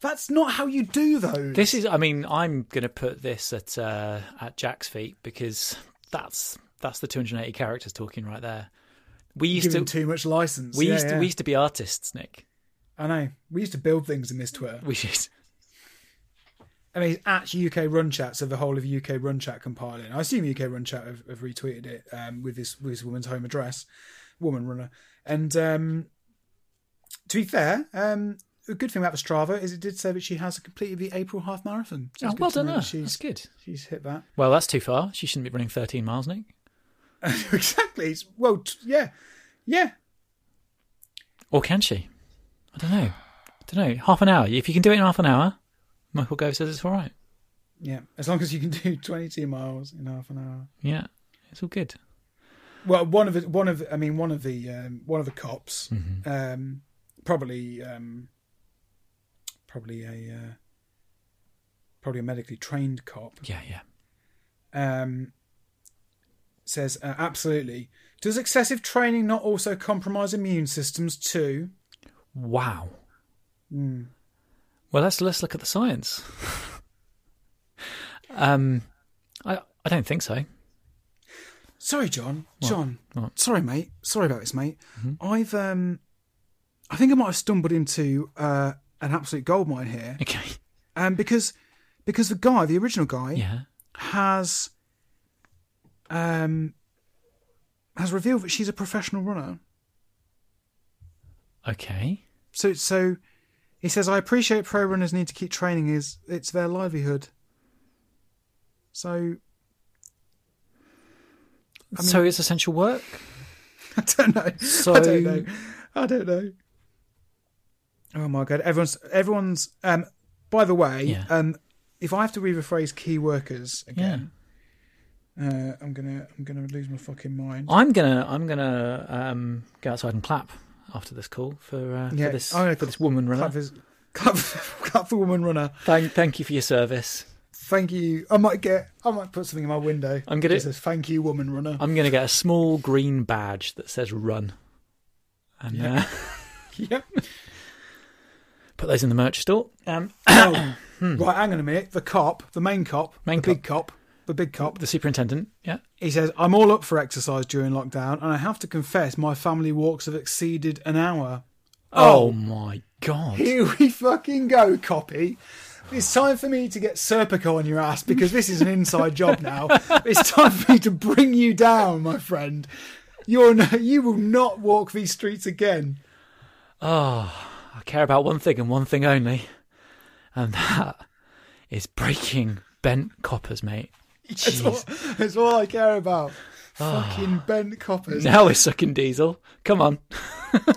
Speaker 2: That's not how you do those.
Speaker 3: This is. I mean, I'm going to put this at uh, at Jack's feet because that's that's the 280 characters talking right there. We used
Speaker 2: giving
Speaker 3: to
Speaker 2: too much license.
Speaker 3: we
Speaker 2: Yeah,
Speaker 3: used to
Speaker 2: yeah.
Speaker 3: we used to be artists, Nick.
Speaker 2: I know. We used to build things in this Twitter.
Speaker 3: We should.
Speaker 2: I mean, it's at UK Run Chat, so the whole of UK Run Chat compiling. I assume UK Run Chat have, have retweeted it um, with this with this woman's home address, woman runner. And um, to be fair, um, the good thing about the Strava is it did say that she has completed the April half marathon. So
Speaker 3: Oh,
Speaker 2: it's good
Speaker 3: well
Speaker 2: to
Speaker 3: done,
Speaker 2: know
Speaker 3: her.
Speaker 2: that She's
Speaker 3: That's good.
Speaker 2: she's hit that
Speaker 3: Well, that's too far. She shouldn't be running 13 miles, Nick.
Speaker 2: exactly. It's, well, t- yeah, yeah.
Speaker 3: Or can she? I don't know. I don't know. Half an hour. If you can do it in half an hour, Michael Gove says it's all right.
Speaker 2: Yeah, as long as you can do 22 miles in half an hour.
Speaker 3: Yeah, it's all good.
Speaker 2: Well, one of the, one of I mean one of the um, one of the cops,
Speaker 3: Mm-hmm.
Speaker 2: um, probably um, probably a uh, probably a medically trained cop,
Speaker 3: Yeah, yeah.
Speaker 2: um, says uh, absolutely. Does excessive training not also compromise immune systems too?
Speaker 3: Wow. Well, let's let's look at the science. Um, I I don't think so.
Speaker 2: Sorry, John. John.
Speaker 3: What? Mm-hmm.
Speaker 2: Sorry, mate. Sorry about this, mate. I've um, I think I might have stumbled into uh an absolute goldmine here.
Speaker 3: Okay.
Speaker 2: Um, because because the guy, the original guy,
Speaker 3: Yeah.
Speaker 2: has um has revealed that she's a professional runner.
Speaker 3: Okay.
Speaker 2: So so he says, I appreciate pro runners need to keep training is it's their livelihood. So
Speaker 3: so it's essential work.
Speaker 2: I don't know.
Speaker 3: So
Speaker 2: I don't know. I don't know. Oh my god! Everyone's everyone's. Um, by the way,
Speaker 3: Yeah.
Speaker 2: um, if I have to read the phrase "key workers"
Speaker 3: yeah.
Speaker 2: again, uh, I'm gonna I'm gonna lose my fucking mind.
Speaker 3: I'm gonna I'm gonna um, go outside and clap after this call for, uh,
Speaker 2: Yeah,
Speaker 3: for this
Speaker 2: I'm gonna
Speaker 3: for this woman runner.
Speaker 2: Clap for, clap, for, clap for woman runner.
Speaker 3: Thank thank you for your service.
Speaker 2: Thank you. I might get. I might put something in my window.
Speaker 3: I'm gonna-
Speaker 2: It says "Thank you, woman runner."
Speaker 3: I'm gonna get a small green badge that says run, and uh,
Speaker 2: Yep.
Speaker 3: put those in the merch store. Um,
Speaker 2: Oh, right, hang on a minute. The cop, the main cop,
Speaker 3: Hmm. Main
Speaker 2: the big cop, the big cop.
Speaker 3: the superintendent. Yeah.
Speaker 2: He says, I'm all up for exercise during lockdown, and I have to confess my family walks have exceeded an hour.
Speaker 3: Oh, my god.
Speaker 2: Here we fucking go, copy. It's time for me to get Serpico on your ass because this is an inside job now. It's time for me to bring you down, my friend. You're no, you will not walk these streets again.
Speaker 3: I care about one thing and one thing only, and that is breaking bent coppers, mate.
Speaker 2: That's all, that's all I care about. Fucking bent coppers.
Speaker 3: Now we're sucking diesel. Come on.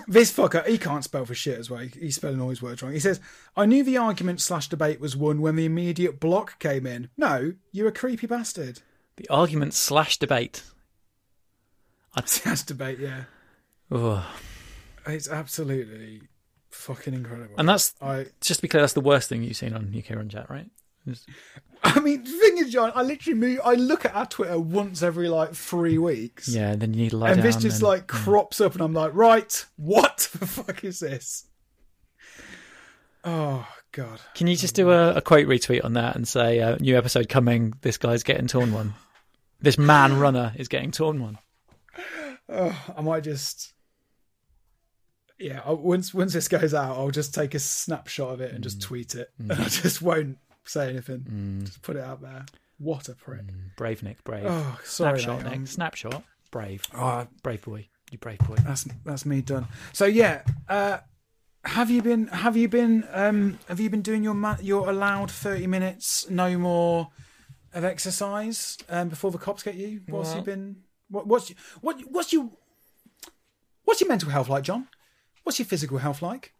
Speaker 2: This fucker, he can't spell for shit as well. He- He's spelling all his words wrong. He says, I knew the argument slash debate was won when the immediate block came in. No, you're a creepy bastard.
Speaker 3: The argument slash debate.
Speaker 2: Slash debate, yeah.
Speaker 3: Ugh.
Speaker 2: It's absolutely fucking incredible.
Speaker 3: And that's
Speaker 2: I,
Speaker 3: just to be clear, that's the worst thing you've seen on UK Run Chat, right?
Speaker 2: I mean, the thing is, John, I literally move, I look at our Twitter once every like three weeks.
Speaker 3: Yeah, then you need to lie
Speaker 2: And
Speaker 3: down.
Speaker 2: this just
Speaker 3: and-
Speaker 2: like crops up, and I'm like, right, what the fuck is this? Oh, God.
Speaker 3: Can you just do a, a quote retweet on that and say, uh, new episode coming, this guy's getting torn one. This man runner is getting torn one.
Speaker 2: I might just yeah. I, once once this goes out, I'll just take a snapshot of it and just tweet it. I just won't say anything. Just put it out there. What a prick!
Speaker 3: Brave Nick, brave.
Speaker 2: Oh, sorry.
Speaker 3: Snapshot,
Speaker 2: mate,
Speaker 3: Nick.
Speaker 2: I'm-
Speaker 3: Snapshot. Brave.
Speaker 2: Oh,
Speaker 3: Brave boy. You brave boy.
Speaker 2: that's that's me done. So yeah, uh, have you been have you been um, have you been doing your ma- your allowed thirty minutes no more of exercise um, before the cops get you? What's you
Speaker 3: Well-
Speaker 2: been? What, what's what what's you what's your mental health like, John? What's your physical health like?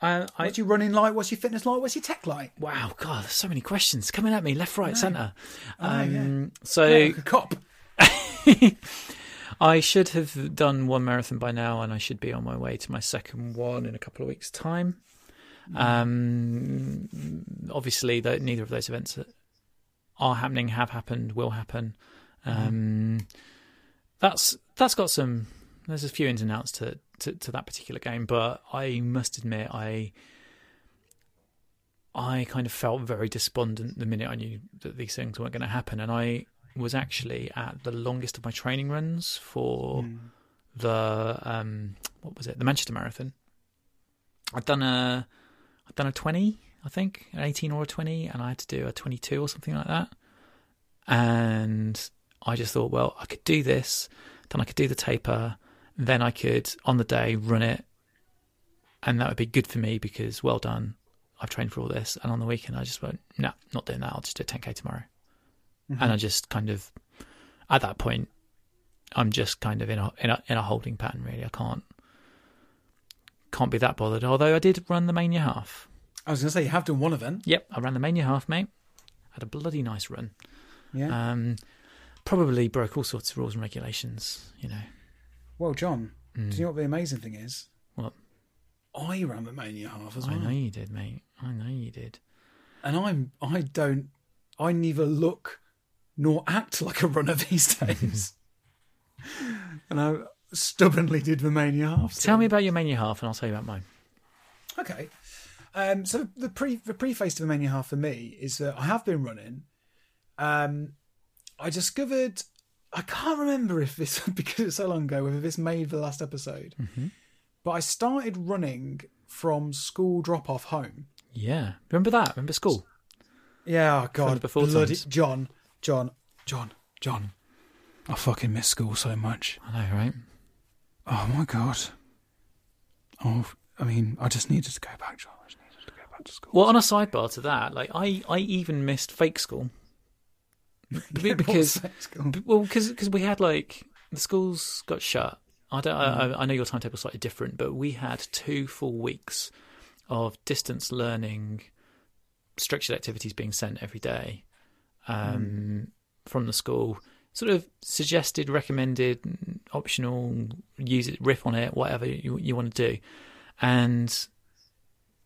Speaker 3: I, I,
Speaker 2: What's your running like? What's your fitness like? What's your tech like?
Speaker 3: wow, God, there's so many questions coming at me left, right, centre.
Speaker 2: I know,
Speaker 3: Um, So
Speaker 2: Like a cop.
Speaker 3: I should have done one marathon by now, and I should be on my way to my second one in a couple of weeks' time. Um, obviously, though, neither of those events that are happening, have happened, will happen. Um, That's that's got some. There's a few ins and outs to, to to that particular game, but I must admit, I I kind of felt very despondent the minute I knew that these things weren't going to happen, and I was actually at the longest of my training runs for the um what was it the Manchester Marathon. I'd done a I'd done a twenty, I think, an eighteen or a twenty, and I had to do a twenty two or something like that. And I just thought, well, I could do this, then I could do the taper, then I could on the day run it, and that would be good for me because well done, I've trained for all this. And on the weekend, I just went, no, not doing that. I'll just do ten k tomorrow.
Speaker 2: Mm-hmm.
Speaker 3: And I just kind of at that point, I'm just kind of in a in a in a holding pattern. Really, I can't can't be that bothered. Although I did run the mania half.
Speaker 2: I was going to say you have done one event.
Speaker 3: Yep, I ran the mania half, mate. Had a bloody nice run.
Speaker 2: Yeah.
Speaker 3: Um, probably broke all sorts of rules and regulations. You know.
Speaker 2: well, John, do you know what the amazing thing is?
Speaker 3: Hmm. What?
Speaker 2: I ran the mania half as
Speaker 3: I
Speaker 2: well,
Speaker 3: know you did, mate. I know you did.
Speaker 2: and I'm I don't I neither look nor act like a runner these days, and I stubbornly did the mania half.
Speaker 3: Tell me about your mania half, and I'll tell you about mine.
Speaker 2: Okay. Um, so the pre the preface to the mania half for me is that I have been running, um, I discovered I can't remember if this because it's so long ago whether this made the last episode, but I started running from school drop off home.
Speaker 3: Yeah. Remember that? Remember school?
Speaker 2: Yeah, oh
Speaker 3: From
Speaker 2: God,
Speaker 3: the before
Speaker 2: bloody
Speaker 3: times.
Speaker 2: John, John, John, John. I fucking miss school so much.
Speaker 3: I know, right?
Speaker 5: Oh my god. Oh, I mean, I just needed to go back, John. I just needed to go back to school.
Speaker 3: Well, on a sidebar to that, like I, I even missed fake school B- because b- well, because we had like the schools got shut. I don't. I I, I know your timetable's slightly different, but we had two full weeks of distance learning, structured activities being sent every day um, from the school. Sort of suggested, recommended, optional, use it, riff on it, whatever you, you want to do, and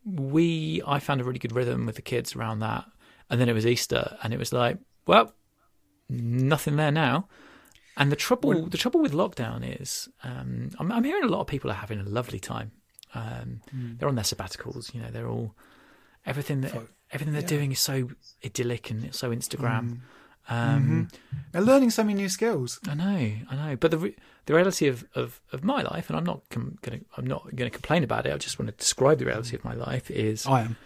Speaker 3: we I found a really good rhythm with the kids around that, and then it was Easter, and it was like, well, nothing there now. And the trouble, the trouble with lockdown is, um, I'm, I'm hearing a lot of people are having a lovely time. Um, They're on their sabbaticals, you know. They're all everything that everything they're doing is so idyllic and it's so Instagram. Um,
Speaker 2: Mm-hmm. They're learning so many new skills.
Speaker 3: I know, I know. But the re- the reality of, of, of my life, and I'm not com- gonna I'm not gonna complain about it. I just want to describe the reality of my life is
Speaker 5: I am.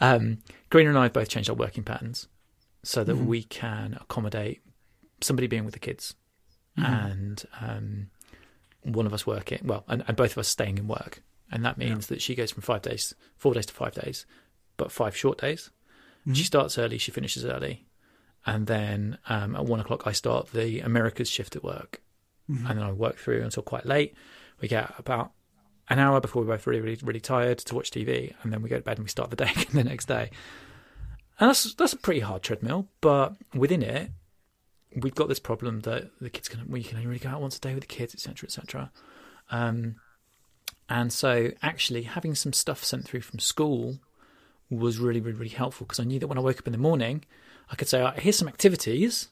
Speaker 3: um, Green and I have both changed our working patterns so that we can accommodate somebody being with the kids and um, one of us working, well, and, and both of us staying in work. And that means that she goes from five days, four days to five days, but five short days. She starts early, she finishes early. And then um, at one o'clock, I start the America's shift at work. And then I work through until quite late. We get about an hour before we're both really, really, really tired to watch TV, and then we go to bed and we start the day again the next day. And that's that's a pretty hard treadmill, but within it, we've got this problem that the kids can we can only really go out once a day with the kids, etc., etc. Um, and so, actually, having some stuff sent through from school was really, really, really helpful because I knew that when I woke up in the morning, I could say, "All right, "Here's some activities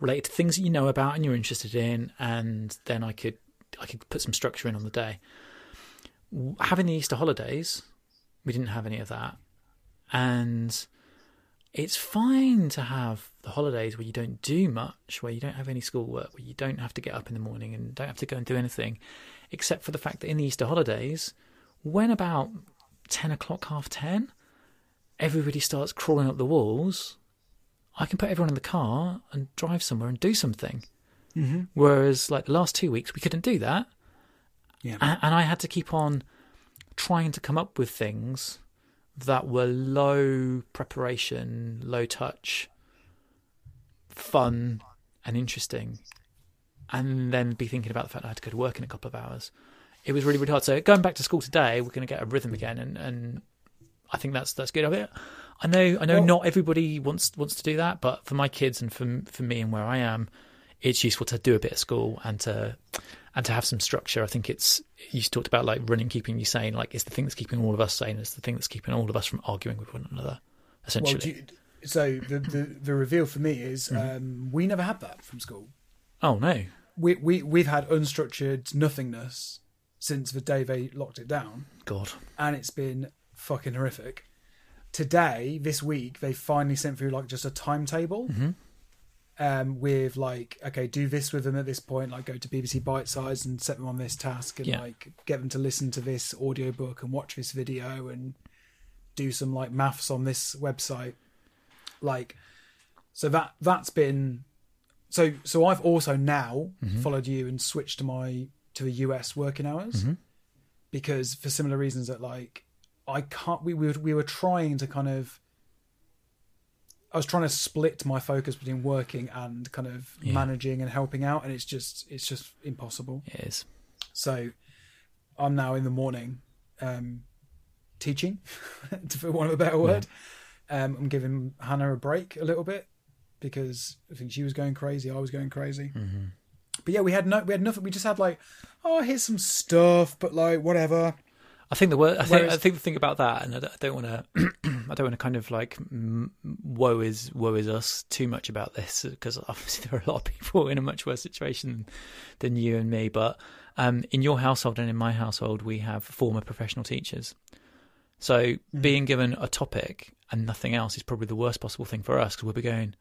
Speaker 3: related to things that you know about and you're interested in," and then I could I could put some structure in on the day having the Easter holidays, we didn't have any of that. And it's fine to have the holidays where you don't do much, where you don't have any schoolwork, where you don't have to get up in the morning and don't have to go and do anything, except for the fact that in the Easter holidays, when about 10 o'clock, half 10, everybody starts crawling up the walls, I can put everyone in the car and drive somewhere and do something. Mm-hmm. Whereas, like the last two weeks, we couldn't do that and, and I had to keep on trying to come up with things that were low preparation, low touch, fun, and interesting, and then be thinking about the fact I had to go to work in a couple of hours. It was really really hard. So going back to school today, we're going to get a rhythm again, and, and I think that's that's good. I, mean, I know I know not everybody wants wants to do that, but for my kids and for for me and where I am, it's useful to do a bit of school and to and to have some structure. I think it's you talked about like running keeping you sane. Like it's the thing that's keeping all of us sane. It's the thing that's keeping all of us from arguing with one another.
Speaker 2: Well,
Speaker 3: Essentially,
Speaker 2: do you, so the, the the reveal for me is
Speaker 3: Mm-hmm.
Speaker 2: um, we never had that from school.
Speaker 3: oh no,
Speaker 2: We we we've had unstructured nothingness since the day they locked it down.
Speaker 3: God,
Speaker 2: and it's been fucking horrific. Today, this week, they finally sent through like just a timetable um, with like, okay, do this with them at this point, like go to BBC Bite Size and set them on this task and
Speaker 3: Yeah.
Speaker 2: like get them to listen to this audiobook and watch this video and do some like maths on this website. Like, so that that's been so so I've also now followed you and switched to my to the US working hours because for similar reasons that like I can't we we were, we were trying to kind of I was trying to split my focus between working and kind of managing and helping out and it's just it's just impossible.
Speaker 3: it is.
Speaker 2: So I'm now in the morning um teaching for want of a better word. Um I'm giving Hannah a break a little bit because I think she was going crazy, I was going crazy. But yeah, we had no we had nothing. We just had like oh, here's some stuff, but like whatever.
Speaker 3: I think the word. I think,
Speaker 2: Whereas-
Speaker 3: I think the thing about that, and I don't- I don't want to. I don't want to kind of like mm, woe is woe is us too much about this because obviously there are a lot of people in a much worse situation than you and me. But um, in your household and in my household, we have former professional teachers.
Speaker 2: Mm.
Speaker 3: So being given a topic and nothing else is probably the worst possible thing for us because we'll be going,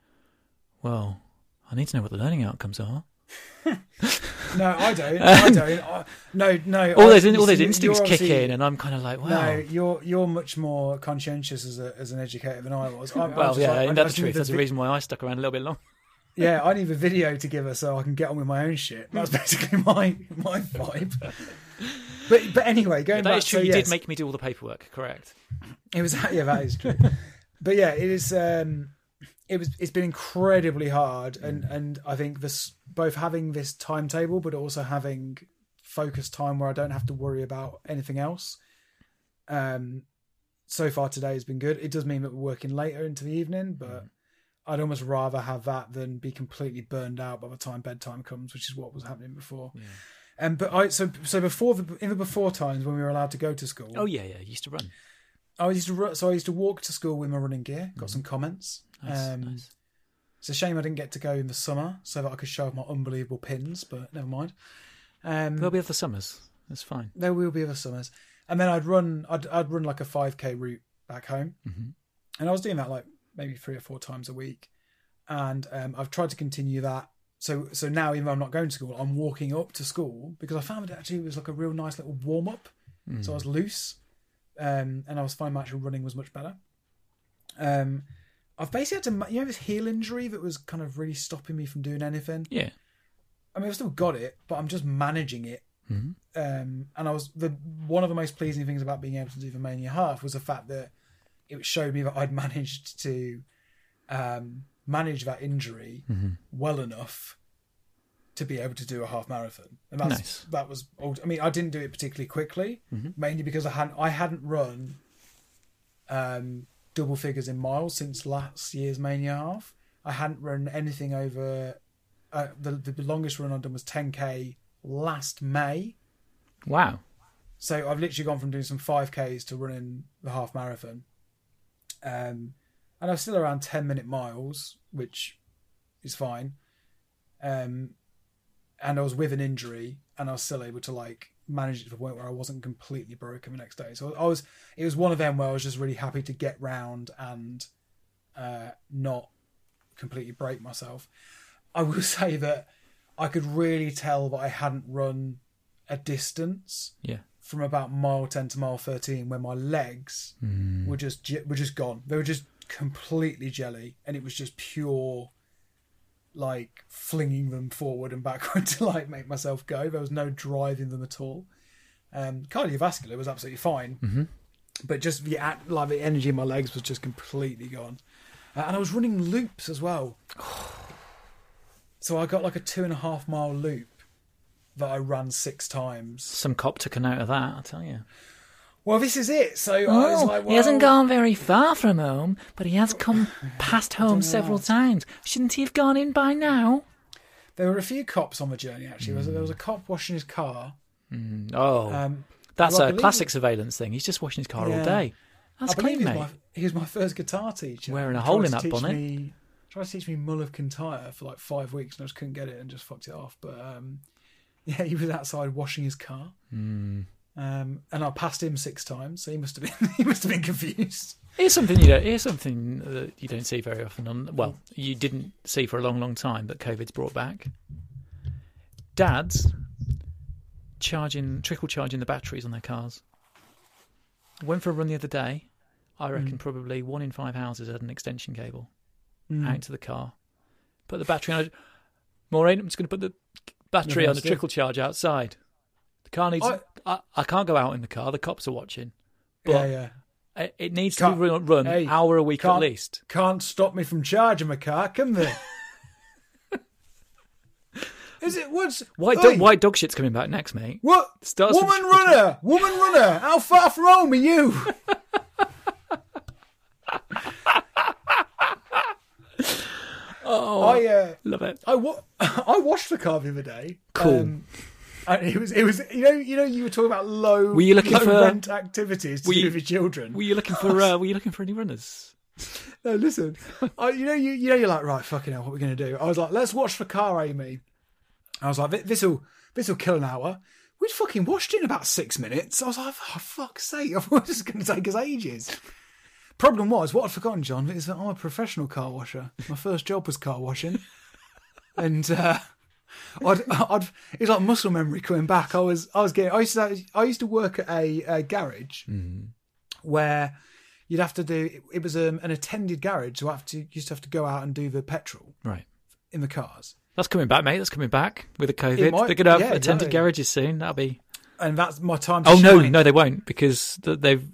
Speaker 3: well, I need to know what the learning outcomes are.
Speaker 2: No, I don't. I don't. I, no, no.
Speaker 3: Um, All
Speaker 2: I-
Speaker 3: those, in, all those
Speaker 2: you're
Speaker 3: instincts kick
Speaker 2: obviously-
Speaker 3: in, and I'm kind of like, wow.
Speaker 2: No, you're you're much more conscientious as, a, as an educator than I was. I, I was
Speaker 3: well,
Speaker 2: just
Speaker 3: yeah,
Speaker 2: like, I- I
Speaker 3: and that's
Speaker 2: just
Speaker 3: the
Speaker 2: need
Speaker 3: truth.
Speaker 2: the
Speaker 3: That's the
Speaker 2: vi-
Speaker 3: reason why I stuck around a little bit longer.
Speaker 2: Yeah, I need a video to give her so I can get on with my own shit. That's basically my my vibe. But but anyway, going
Speaker 3: That
Speaker 2: back
Speaker 3: is true.
Speaker 2: to
Speaker 3: you
Speaker 2: yes,
Speaker 3: did make me do all the paperwork, correct?
Speaker 2: it was yeah that is true. but yeah, it is. Um, it was. It's been incredibly hard, and and I think this both having this timetable, but also having focused time where I don't have to worry about anything else. Um, so far today has been good. It does mean that we're working later into the evening, but. I'd almost rather have that than be completely burned out by the time bedtime comes, which is what was happening before. And but I so so before the in the before times when we were allowed to go to school.
Speaker 3: Oh yeah, yeah. You used to run.
Speaker 2: I used to ru- so I used to walk to school with my running gear. Got some comments.
Speaker 3: Mm-hmm. Nice,
Speaker 2: um,
Speaker 3: nice.
Speaker 2: It's a shame I didn't get to go in the summer so that I could show off my unbelievable pins, but never mind. Um,
Speaker 3: There'll be other summers. That's fine.
Speaker 2: there will be other summers, and then I'd run. I'd I'd run like a five k route back home, and I was doing that like maybe three or four times a week, and um, I've tried to continue that. So so now even though I'm not going to school, I'm walking up to school because I found it actually was like a real nice little warm up. So I was loose, um, and I was finding my actual running was much better. Um, I've basically had to ma- you know this heel injury that was kind of really stopping me from doing anything.
Speaker 3: Yeah.
Speaker 2: I mean, I've still got it, but I'm just managing it. Um, and I was the one of the most pleasing things about being able to do the mania half was the fact that it showed me that I'd managed to um, manage that injury well enough to be able to do a half marathon. And that's
Speaker 3: Nice.
Speaker 2: that was. old- I mean, I didn't do it particularly quickly, mainly because I hadn't I hadn't run um, double figures in miles since last year's mania half. I hadn't run anything over uh, the, the longest run I've done was 10k last May.
Speaker 3: Wow.
Speaker 2: So I've literally gone from doing some 5ks to running the half marathon. Um, and I'm still around 10 minute miles, which is fine. Um, and I was with an injury and I was still able to like manage it to the point where I wasn't completely broken the next day. So I was, it was one of them where I was just really happy to get round and uh, not completely break myself. I will say that I could really tell that I hadn't run a distance
Speaker 3: Yeah.
Speaker 2: from about mile 10 to mile 13 where my legs were just ge- were just gone they were just completely jelly and it was just pure like flinging them forward and backward to like make myself go there was no driving them at all um cardiovascular was absolutely fine but just the at, like the energy in my legs was just completely gone Uh, and i was running loops as well so i got like a two and a half mile loop that i ran six times
Speaker 3: Some cop took an out of that. I tell you.
Speaker 2: well, this is it. So I
Speaker 3: Oh,
Speaker 2: was like, well,
Speaker 3: he hasn't gone very far from home, but he has come past home several times. Shouldn't he have gone in by now?
Speaker 2: There were a few cops on the journey. Actually, There was- there was a cop washing his car.
Speaker 3: Oh,
Speaker 2: Um,
Speaker 3: that's
Speaker 2: well, I
Speaker 3: a
Speaker 2: believe-
Speaker 3: classic surveillance thing. He's just washing his car
Speaker 2: Yeah.
Speaker 3: all day. That's
Speaker 2: I believe
Speaker 3: clean,
Speaker 2: he was,
Speaker 3: mate.
Speaker 2: my, he was my first guitar teacher.
Speaker 3: Wearing a
Speaker 2: He
Speaker 3: hole
Speaker 2: tried
Speaker 3: in
Speaker 2: to
Speaker 3: that
Speaker 2: teach
Speaker 3: bonnet.
Speaker 2: Me, tried to teach me Mull of Kintyre for like five weeks, and I just couldn't get it, and just fucked it off. But um, yeah, he was outside washing his car,
Speaker 3: Hmm.
Speaker 2: um, and I passed him six times, so he must have been he must have been confused.
Speaker 3: Here's something you don't. Here's something that you don't see very often. On well, you didn't see for a long, long time, but COVID's brought back. Dads charging, trickle charging the batteries on their cars. Went for a run the other day. I reckon probably one in five houses had an extension cable out to the car. Put the battery on. it. Maureen, I'm just going to put the
Speaker 2: Nothing
Speaker 3: battery on
Speaker 2: else
Speaker 3: the
Speaker 2: to do.
Speaker 3: trickle charge outside. The car needs. I,
Speaker 2: I-
Speaker 3: I, can't go out in the car. The cops are watching. But
Speaker 2: yeah, yeah.
Speaker 3: Uh, it- It needs to
Speaker 2: Can't-
Speaker 3: be run, run
Speaker 2: hey,
Speaker 3: hour a week at
Speaker 2: can't-
Speaker 3: least.
Speaker 2: Can't stop me from charging my car, can they? Is it what's
Speaker 3: White,
Speaker 2: Oi!
Speaker 3: dog, white dog shit's coming back next, mate.
Speaker 2: What?
Speaker 3: Starts
Speaker 2: woman
Speaker 3: with-
Speaker 2: runner! Woman runner! How far from home are you?
Speaker 3: Oh,
Speaker 2: I uh,
Speaker 3: love it.
Speaker 2: I wa- I washed the car the other day. Um,
Speaker 3: Cool.
Speaker 2: and it was it was you know you know you were talking about low
Speaker 3: Were you looking
Speaker 2: low
Speaker 3: for-
Speaker 2: rent activities to
Speaker 3: Were
Speaker 2: do
Speaker 3: you-
Speaker 2: with your children.
Speaker 3: Were you looking for? Uh, were you looking for any runners?
Speaker 2: No, listen. I, you know, you, you know, you're like, right, fucking hell, what are we going to do? I was like, let's watch the car, Amy. I was like, this will this will kill an hour. We'd "Oh, fucking watched it in about six minutes. I was like, for fuck's sake, I thought this is going to take us ages. Problem was, what I'd forgotten, John, is that I'm a professional car washer. My first job was car washing, and uh, I'd, I'd it's like muscle memory coming back. I was I was getting I used to I used to work at a, a garage where you'd have to do it was um, an attended garage, so I have to you used to have to go out and do the petrol
Speaker 3: Right.
Speaker 2: in the cars.
Speaker 3: That's coming back, mate. That's coming back with the COVID.
Speaker 2: might-
Speaker 3: They're going to have
Speaker 2: yeah,
Speaker 3: attended
Speaker 2: exactly.
Speaker 3: garages soon. That'll be.
Speaker 2: and that's my time. To
Speaker 3: Oh no,
Speaker 2: shine.
Speaker 3: no, they won't because th- they've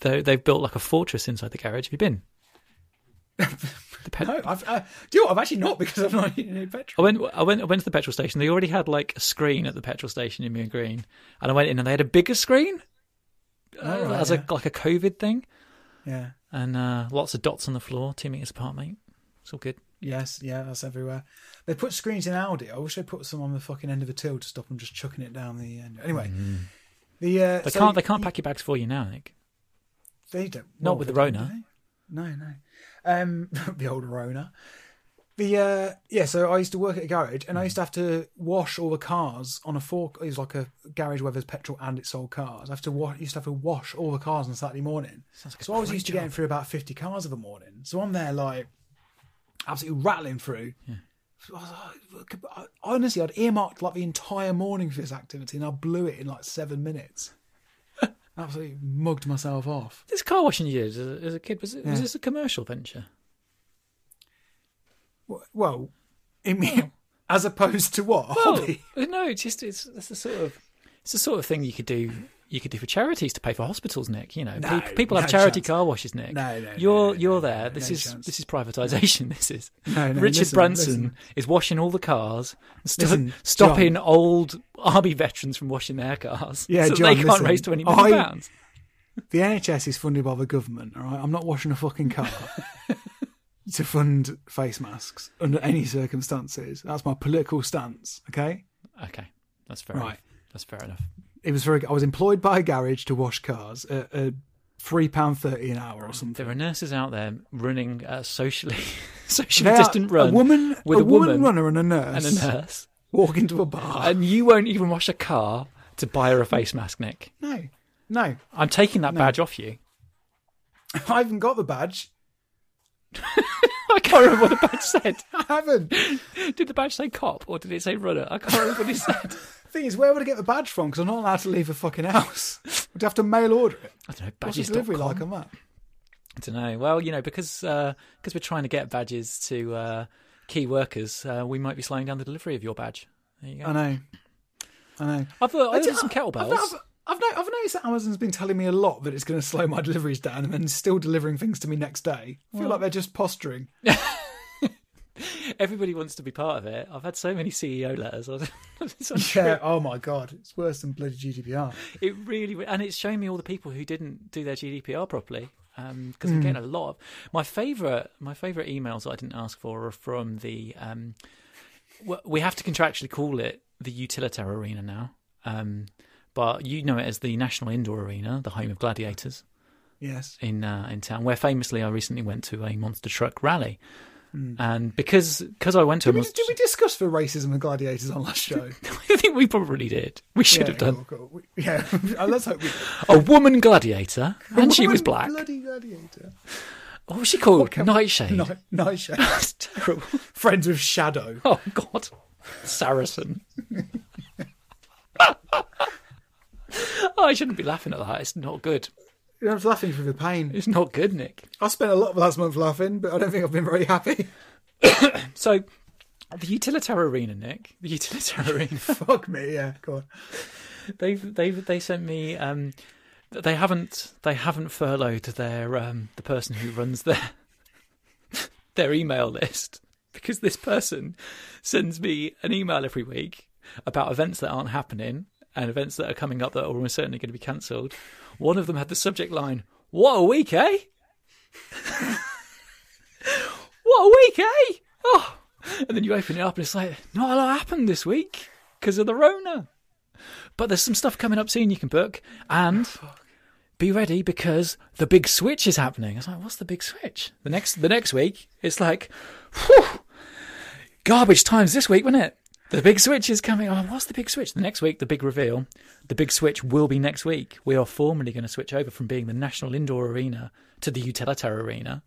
Speaker 3: they- they've built like a fortress inside the garage. Have you been? The pet-
Speaker 2: no! I've, uh, do you know what? I've actually not because I've not eaten any
Speaker 3: I
Speaker 2: petrol.
Speaker 3: went. I went. I went to the petrol station. They already had like a screen at the petrol station in Mere Green, and I went in and they had a bigger screen uh,
Speaker 2: right,
Speaker 3: as
Speaker 2: yeah.
Speaker 3: a like a COVID thing,
Speaker 2: Yeah,
Speaker 3: and uh, lots of dots on the floor, two meters apart, mate. It's all good.
Speaker 2: yes, yeah, that's everywhere. They put screens in Audi. I wish they put some on the fucking end of a till to stop them just chucking it down the end. Anyway, the uh,
Speaker 3: Mm. They
Speaker 2: so
Speaker 3: can't.
Speaker 2: you-
Speaker 3: They can't pack your bags for you now, Nick.
Speaker 2: They don't.
Speaker 3: Not
Speaker 2: well,
Speaker 3: with the
Speaker 2: they don't, do
Speaker 3: Rona.
Speaker 2: they? No, no. Um, the old Rona. The uh, yeah. So I used to work at a garage, and I used to have to wash all the cars on a fork. It was like a garage where there's petrol and it sold cars. I have to wa- used to have to wash all the cars on Saturday morning.
Speaker 3: Sounds like a
Speaker 2: so I was
Speaker 3: great
Speaker 2: used to
Speaker 3: job.
Speaker 2: getting through about fifty cars of a morning. So I'm there like absolutely rattling through. So I was like, I- honestly, I'd earmarked like the entire morning for this activity, and I blew it in like seven minutes. absolutely mugged myself off.
Speaker 3: This car washing you did as a, as a kid was, it, was this a commercial venture?
Speaker 2: Well, it mean, as opposed to what? A hobby?
Speaker 3: Well, Oh, no, it's just it's, it's the sort of it's the sort of thing you could do you could do for charities to pay for hospitals, Nick. You know,
Speaker 2: No,
Speaker 3: Pe- people
Speaker 2: no
Speaker 3: have charity
Speaker 2: chance.
Speaker 3: car washes, Nick.
Speaker 2: No, no, no,
Speaker 3: you're
Speaker 2: no,
Speaker 3: you're
Speaker 2: no,
Speaker 3: there.
Speaker 2: no,
Speaker 3: this
Speaker 2: no
Speaker 3: is
Speaker 2: chance.
Speaker 3: this is privatisation. This is
Speaker 2: No, no,
Speaker 3: Richard
Speaker 2: listen,
Speaker 3: Branson
Speaker 2: listen.
Speaker 3: is washing all the cars, and st-
Speaker 2: Listen,
Speaker 3: stopping
Speaker 2: John.
Speaker 3: old army veterans from washing their cars.
Speaker 2: Yeah,
Speaker 3: so
Speaker 2: John,
Speaker 3: they can't
Speaker 2: listen,
Speaker 3: raise twenty million
Speaker 2: I-
Speaker 3: pounds.
Speaker 2: The NHS is funded by the government, all right? I'm not washing a fucking car to fund face masks under any circumstances. That's my political stance, okay?
Speaker 3: Okay, that's fair.
Speaker 2: Right.
Speaker 3: Enough. That's fair enough.
Speaker 2: It was very I was employed by a garage to wash cars at, uh £3.30 an hour or something.
Speaker 3: There are nurses out there running a socially socially
Speaker 2: They are
Speaker 3: distant run
Speaker 2: a woman,
Speaker 3: with
Speaker 2: a,
Speaker 3: a
Speaker 2: woman,
Speaker 3: woman
Speaker 2: runner and a nurse,
Speaker 3: and a nurse.
Speaker 2: walk into a bar.
Speaker 3: and you won't even wash a car to buy her a face mask, Nick.
Speaker 2: no, no,
Speaker 3: I'm taking that badge off you.
Speaker 2: I haven't got the badge.
Speaker 3: I can't remember what the badge said.
Speaker 2: I haven't.
Speaker 3: Did the badge say cop or did it say runner? I can't remember what it said.
Speaker 2: Thing is, where would I get the badge from? Because I'm not allowed to leave the fucking house. Would have to mail order it.
Speaker 3: I don't know.
Speaker 2: What's the
Speaker 3: Badges.
Speaker 2: delivery like on that?
Speaker 3: I don't know. Well, you know, because uh, because we're trying to get badges to uh, key workers, uh, we might be slowing down the delivery of your badge. There you
Speaker 2: I
Speaker 3: go.
Speaker 2: know. I know.
Speaker 3: I've uh, ordered
Speaker 2: did-
Speaker 3: some kettlebells.
Speaker 2: I've, I've, no- I've noticed that Amazon's been telling me a lot that it's going to slow my deliveries down and then still delivering things to me next day. I feel like they're just posturing.
Speaker 3: Everybody wants to be part of it. I've had so many CEO letters. It's untrue.
Speaker 2: Yeah. Oh my god, it's worse than bloody GDPR.
Speaker 3: It really, and it's showing me all the people who didn't do their GDPR properly. Because I'm getting a lot of my favorite, my favorite emails that I didn't ask for are from the. Um, w- we have to contractually call it the Utilitare Arena now, um, but you know it as the National Indoor Arena, the home of gladiators
Speaker 2: Yes.
Speaker 3: in uh, in town. Where famously, I recently went to a monster truck rally, and because because I went to
Speaker 2: Hmm. Did
Speaker 3: a
Speaker 2: we,
Speaker 3: monster,
Speaker 2: did we discuss the racism of gladiators on last show?
Speaker 3: I think we probably did. We should
Speaker 2: yeah,
Speaker 3: have done
Speaker 2: cool, cool. We- Yeah. uh, Let's hope we.
Speaker 3: a woman gladiator, and she was
Speaker 2: Woman
Speaker 3: black.
Speaker 2: Bloody gladiator.
Speaker 3: What was she called?
Speaker 2: can we-
Speaker 3: Nightshade.
Speaker 2: No, nightshade.
Speaker 3: That's terrible.
Speaker 2: Friends with shadow.
Speaker 3: Oh God, Saracen. oh, I shouldn't be laughing at that. It's not good.
Speaker 2: I was laughing through the pain.
Speaker 3: It's not good, Nick.
Speaker 2: I spent a lot of last month laughing, but I don't think I've been very happy.
Speaker 3: So, the Utilitarian Arena, Nick. The Utilitarian Arena.
Speaker 2: Fuck me, yeah, go on.
Speaker 3: they've they've they sent me. Um, they haven't they haven't furloughed their um, the person who runs their their email list because this person sends me an email every week about events that aren't happening and events that are coming up that are almost certainly going to be cancelled. One of them had the subject line, "What a week, eh? what a week, eh? Oh!" And then you open it up and it's like, not a lot happened this week because of the Rona but there's some stuff coming up soon you can book and be ready because the big switch is happening. I was like, what's the big switch? The next the next week, it's like, whew, garbage times this week, wasn't it? The big switch is coming. Oh, what's the big switch? The next week, the big reveal. The big switch will be next week. We are formally going to switch over from being the National Indoor Arena to the Utilita Arena.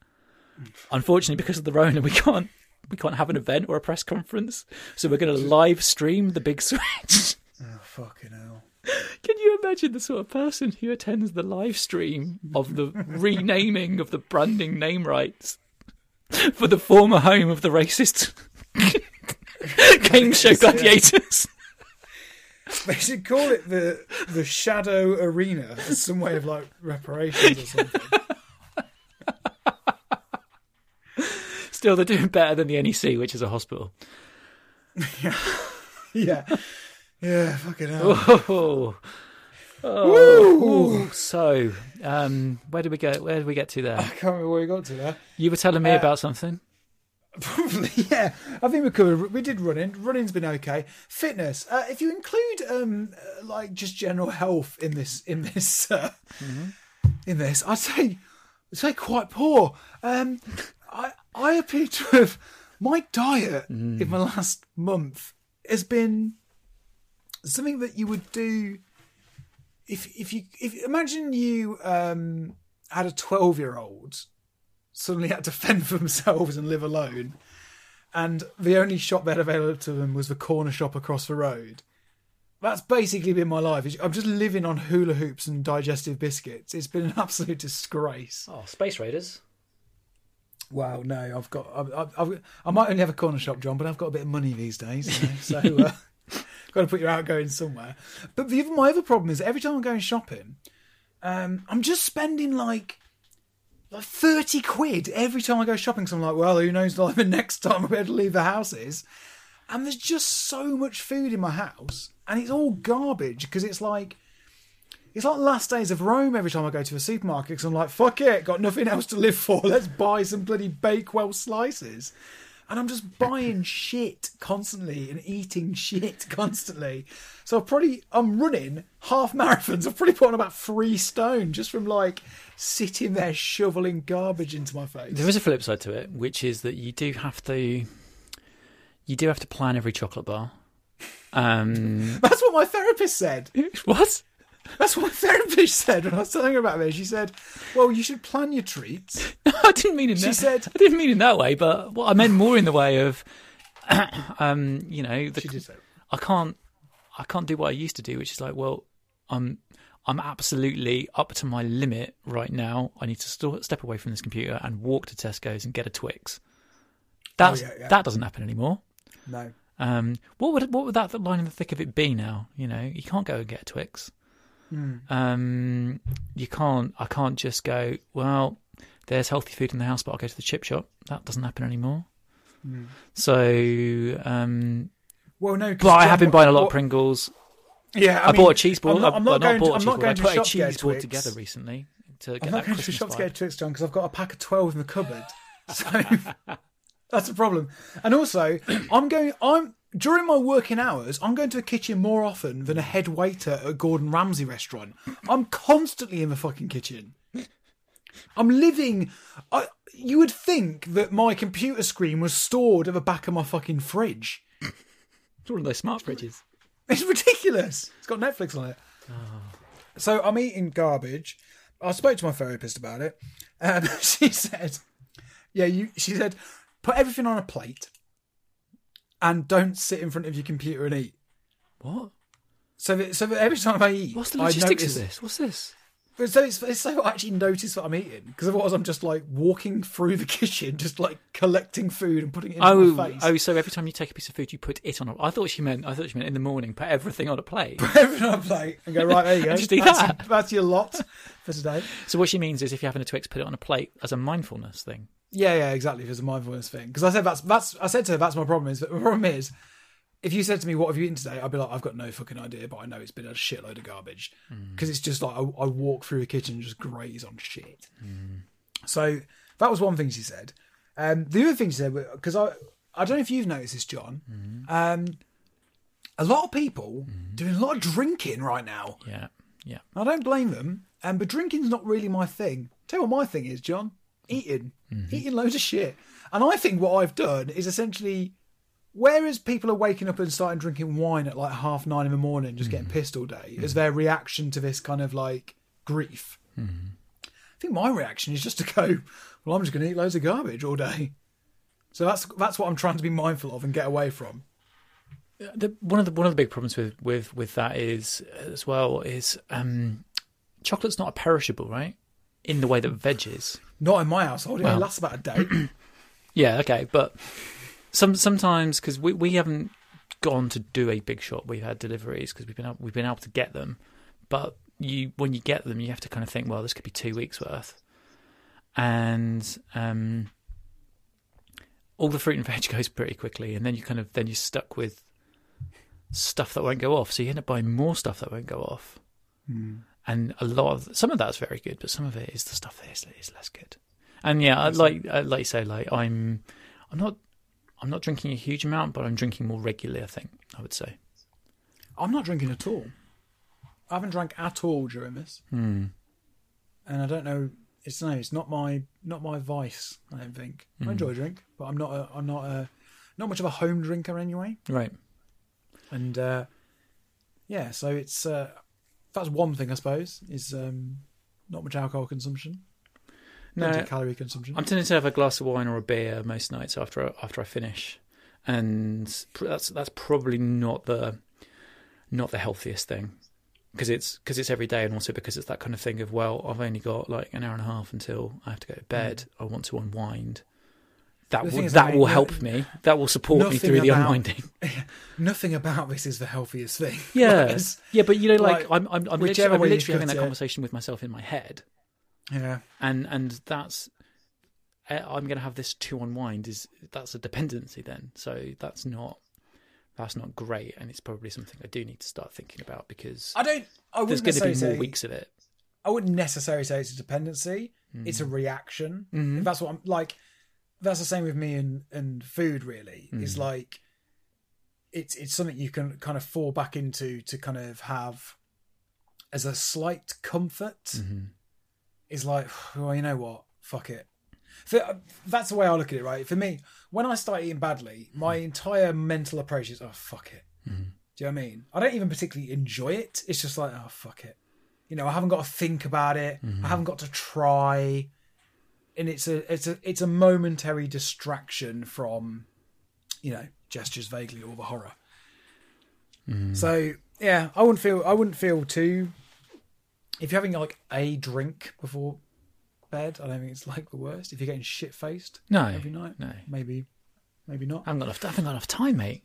Speaker 3: Unfortunately, because of the Rona, we can't we can't have an event or a press conference. So we're going to live stream the big switch.
Speaker 2: Oh, fucking hell.
Speaker 3: Can you imagine the sort of person who attends the live stream of the renaming of the branding name rights for the former home of the racist game show gladiators?
Speaker 2: They should call it the the Shadow Arena as some way of like reparations or something.
Speaker 3: Still, they're doing better than the NEC, which is a hospital.
Speaker 2: Yeah. Yeah, fucking hell.
Speaker 3: Oh,
Speaker 2: Woo!
Speaker 3: so um, where did we go? Where did we get to
Speaker 2: I
Speaker 3: there?
Speaker 2: can't remember where we got to there.
Speaker 3: You were telling me
Speaker 2: Uh,
Speaker 3: about something.
Speaker 2: Probably, yeah. I think we could. We did running. Running's been okay. Fitness. Uh, if you include um, uh, like just general health in this, in this, uh, in this, I'd say, I'd say quite poor. Um, I I appear to have my diet in my last month has been something that you would do if if you if imagine you um had a 12 year old suddenly had to fend for themselves and live alone and the only shop they had available to them was the corner shop across the road that's basically been my life is- i'm just living on hula hoops and digestive biscuits it's been an absolute disgrace
Speaker 3: Oh, Space Raiders.
Speaker 2: wow no i've got i've, I've, i might only have a corner shop john but i've got a bit of money these days you know, so uh, got to put your outgoing somewhere but the, my other problem is every time i'm going shopping um, i'm just spending like like 30 quid every time I go shopping. So I'm like, well, who knows like the next time I'm going to leave the house is. And there's just so much food in my house and it's all garbage because it's like, it's like last days of Rome every time I go to a supermarket because I'm like, fuck it, got nothing else to live for. Let's buy some bloody Bakewell slices. And I'm just buying shit constantly and eating shit constantly. So I've probably, I'm running half marathons. I've probably put on about three stone just from like sitting there shoveling garbage into my face.
Speaker 3: There is a flip side to it, which is that you do have to you do have to plan every chocolate bar. Um,
Speaker 2: That's what my therapist said.
Speaker 3: what?
Speaker 2: That's what my therapist said when I was telling her about this. She said, well, you should plan your treats.
Speaker 3: I didn't mean in
Speaker 2: She
Speaker 3: that.
Speaker 2: said-
Speaker 3: I didn't mean in that way, but what I meant more in the way of, um, you know, the,
Speaker 2: She did say,
Speaker 3: I can't I can't do what I used to do, which is like, well, I'm I'm absolutely up to my limit right now. I need to st- step away from this computer and walk to Tesco's and get a Twix. That's
Speaker 2: Oh, yeah, yeah.
Speaker 3: that doesn't happen anymore.
Speaker 2: no.
Speaker 3: Um, what would what would that line in the thick of it be now? You know, you can't go and get a Twix.
Speaker 2: Hmm.
Speaker 3: Um, you can't. I can't just go. Well, there's healthy food in the house, but I'll go to the chip shop. That doesn't happen anymore.
Speaker 2: Hmm.
Speaker 3: So, um,
Speaker 2: Well, no. 'cause
Speaker 3: but I
Speaker 2: John,
Speaker 3: have been
Speaker 2: what-
Speaker 3: buying a lot
Speaker 2: what-
Speaker 3: of Pringles.
Speaker 2: Yeah, I,
Speaker 3: I,
Speaker 2: mean,
Speaker 3: bought a cheese board.
Speaker 2: I'm not, I'm
Speaker 3: I,
Speaker 2: not
Speaker 3: well,
Speaker 2: going.
Speaker 3: bought
Speaker 2: to,
Speaker 3: a
Speaker 2: I'm
Speaker 3: cheese
Speaker 2: not
Speaker 3: board. I
Speaker 2: going to
Speaker 3: put a
Speaker 2: shop to get
Speaker 3: cheese board
Speaker 2: Twix.
Speaker 3: together recently to get
Speaker 2: I'm not
Speaker 3: that
Speaker 2: going to the
Speaker 3: Christmas
Speaker 2: shop to
Speaker 3: vibe.
Speaker 2: get Twix, John, because I've got a pack of twelve in the cupboard. So that's a problem. And also, I'm going. I'm during my working hours. I'm going to a kitchen more often than a head waiter at a Gordon Ramsay restaurant. I'm constantly in the fucking kitchen. I'm living. I, you would think that my computer screen was stored at the back of my fucking fridge.
Speaker 3: It's one of those smart fridges.
Speaker 2: It's ridiculous. It's got Netflix on it.
Speaker 3: Oh.
Speaker 2: So I'm eating garbage. I spoke to my therapist about it. Um, she said, "Yeah, you." She said, "Put everything on a plate, and don't sit in front of your computer and eat."
Speaker 3: What?
Speaker 2: So that, so that every time I eat,
Speaker 3: What's the
Speaker 2: I
Speaker 3: logistics
Speaker 2: notice-
Speaker 3: of this? What's this?
Speaker 2: but So it's, it's so I actually notice what I'm eating because otherwise I'm just like walking through the kitchen, just like collecting food and putting it in my
Speaker 3: Oh,
Speaker 2: face.
Speaker 3: oh! So every time you take a piece of food, you put it on. a... I thought she meant. I thought she meant in the morning, put everything on a plate.
Speaker 2: Everything on a plate and go right there you go.
Speaker 3: Just eat
Speaker 2: that's,
Speaker 3: that.
Speaker 2: that's your lot for today.
Speaker 3: so what she means is, if you're having a Twix, put it on a plate as a mindfulness thing.
Speaker 2: Yeah, yeah, exactly. If it's a mindfulness thing, because I said that's that's I said to her that's my problem is that my problem is if you said to me what have you eaten today, I'd be like I've got no fucking idea, but I know it's been a shitload of garbage because it's just like I, I walk through the kitchen and just graze on shit. So that was one thing she said. Um, the other thing she said because I I don't know if you've noticed this, John. Um, a lot of people doing a lot of drinking right now.
Speaker 3: Yeah, yeah.
Speaker 2: I don't blame them, um, but drinking's not really my thing. Tell you what my thing is, John. Eating. Eating loads of shit. And I think what I've done is essentially Whereas people are waking up and starting drinking wine at like half nine in the morning, just getting pissed all day, as their reaction to this kind of like grief. I think my reaction is just to go, well, I'm just going to eat loads of garbage all day. So that's that's what I'm trying to be mindful of and get away from.
Speaker 3: the, one of the one of the big problems with with with that is as well is um, chocolate's not a perishable, right? In the way that veg is.
Speaker 2: Not in my household. It only
Speaker 3: Well.
Speaker 2: lasts about a day.
Speaker 3: Yeah, okay, but some sometimes because we we haven't gone to do a big shop, we've had deliveries because we've been able, we've been able to get them, but you when you get them, you have to kind of think, well, this could be two weeks worth, and um, all the fruit and veg goes pretty quickly, and then you kind of then you're stuck with stuff that won't go off, so you end up buying more stuff that won't go off. And a lot of some of that's very good, but some of it is the stuff that is, is less good. And yeah, I- like I- like you say, like I'm, I'm not, I'm not drinking a huge amount, but I'm drinking more regularly. I think I would say.
Speaker 2: I'm not drinking at all. I haven't drank at all during this,
Speaker 3: Hmm.
Speaker 2: and I don't know. It's no, it's not my not my vice. I don't think
Speaker 3: Hmm.
Speaker 2: I enjoy a drink, but I'm not a I'm not a not much of a home drinker anyway.
Speaker 3: Right.
Speaker 2: And uh, yeah, so it's uh, that's one thing I suppose is um, not much alcohol consumption,
Speaker 3: No,
Speaker 2: no calorie consumption.
Speaker 3: I'm tending to have a glass of wine or a beer most nights after after I finish, and pr- that's that's probably not the not the healthiest thing because it's because it's every day, and also because it's that kind of thing of well, I've only got like an hour and a half until I have to go to bed. I want to unwind. That
Speaker 2: The
Speaker 3: will,
Speaker 2: thing is, I
Speaker 3: that
Speaker 2: mean,
Speaker 3: will
Speaker 2: no-
Speaker 3: help me. That will support me
Speaker 2: nothing
Speaker 3: through the
Speaker 2: about-
Speaker 3: unwinding.
Speaker 2: Nothing about this is the healthiest thing.
Speaker 3: Yeah,
Speaker 2: Like,
Speaker 3: yeah, but you know, like,
Speaker 2: like,
Speaker 3: I'm, I'm, I'm
Speaker 2: whichever
Speaker 3: literally, I'm
Speaker 2: way you
Speaker 3: literally having
Speaker 2: cut
Speaker 3: that
Speaker 2: it.
Speaker 3: conversation with myself in my head,
Speaker 2: yeah.
Speaker 3: and and that's eh, I'm going to have this to unwind. Is that's a dependency then? So that's not that's not great, and it's probably something I do need to start thinking about because
Speaker 2: I don't. I
Speaker 3: there's
Speaker 2: wouldn't
Speaker 3: going to be
Speaker 2: necessarily
Speaker 3: more
Speaker 2: say-
Speaker 3: weeks of it.
Speaker 2: I wouldn't necessarily say it's a dependency. It's a reaction. If that's what I'm like. That's the same with me and and food. Really, is like it's it's something you can kind of fall back into to kind of have as a slight comfort. Is like, well, you know what? Fuck it. For, uh, that's the way I look at it, right? For me, when I start eating badly, my entire mental approach is, oh fuck it. Do you know what I mean? I don't even particularly enjoy it. It's just like, oh fuck it. You know, I haven't got to think about it. I haven't got to try. And it's a it's a it's a momentary distraction from, you know, gestures vaguely or the horror. So yeah, I wouldn't feel I wouldn't feel too if you're having like a drink before bed, I don't think it's like the worst. If you're getting shit faced
Speaker 3: No,
Speaker 2: every night,
Speaker 3: no, I
Speaker 2: maybe maybe not.
Speaker 3: haven't got enough. I haven't got enough time, mate.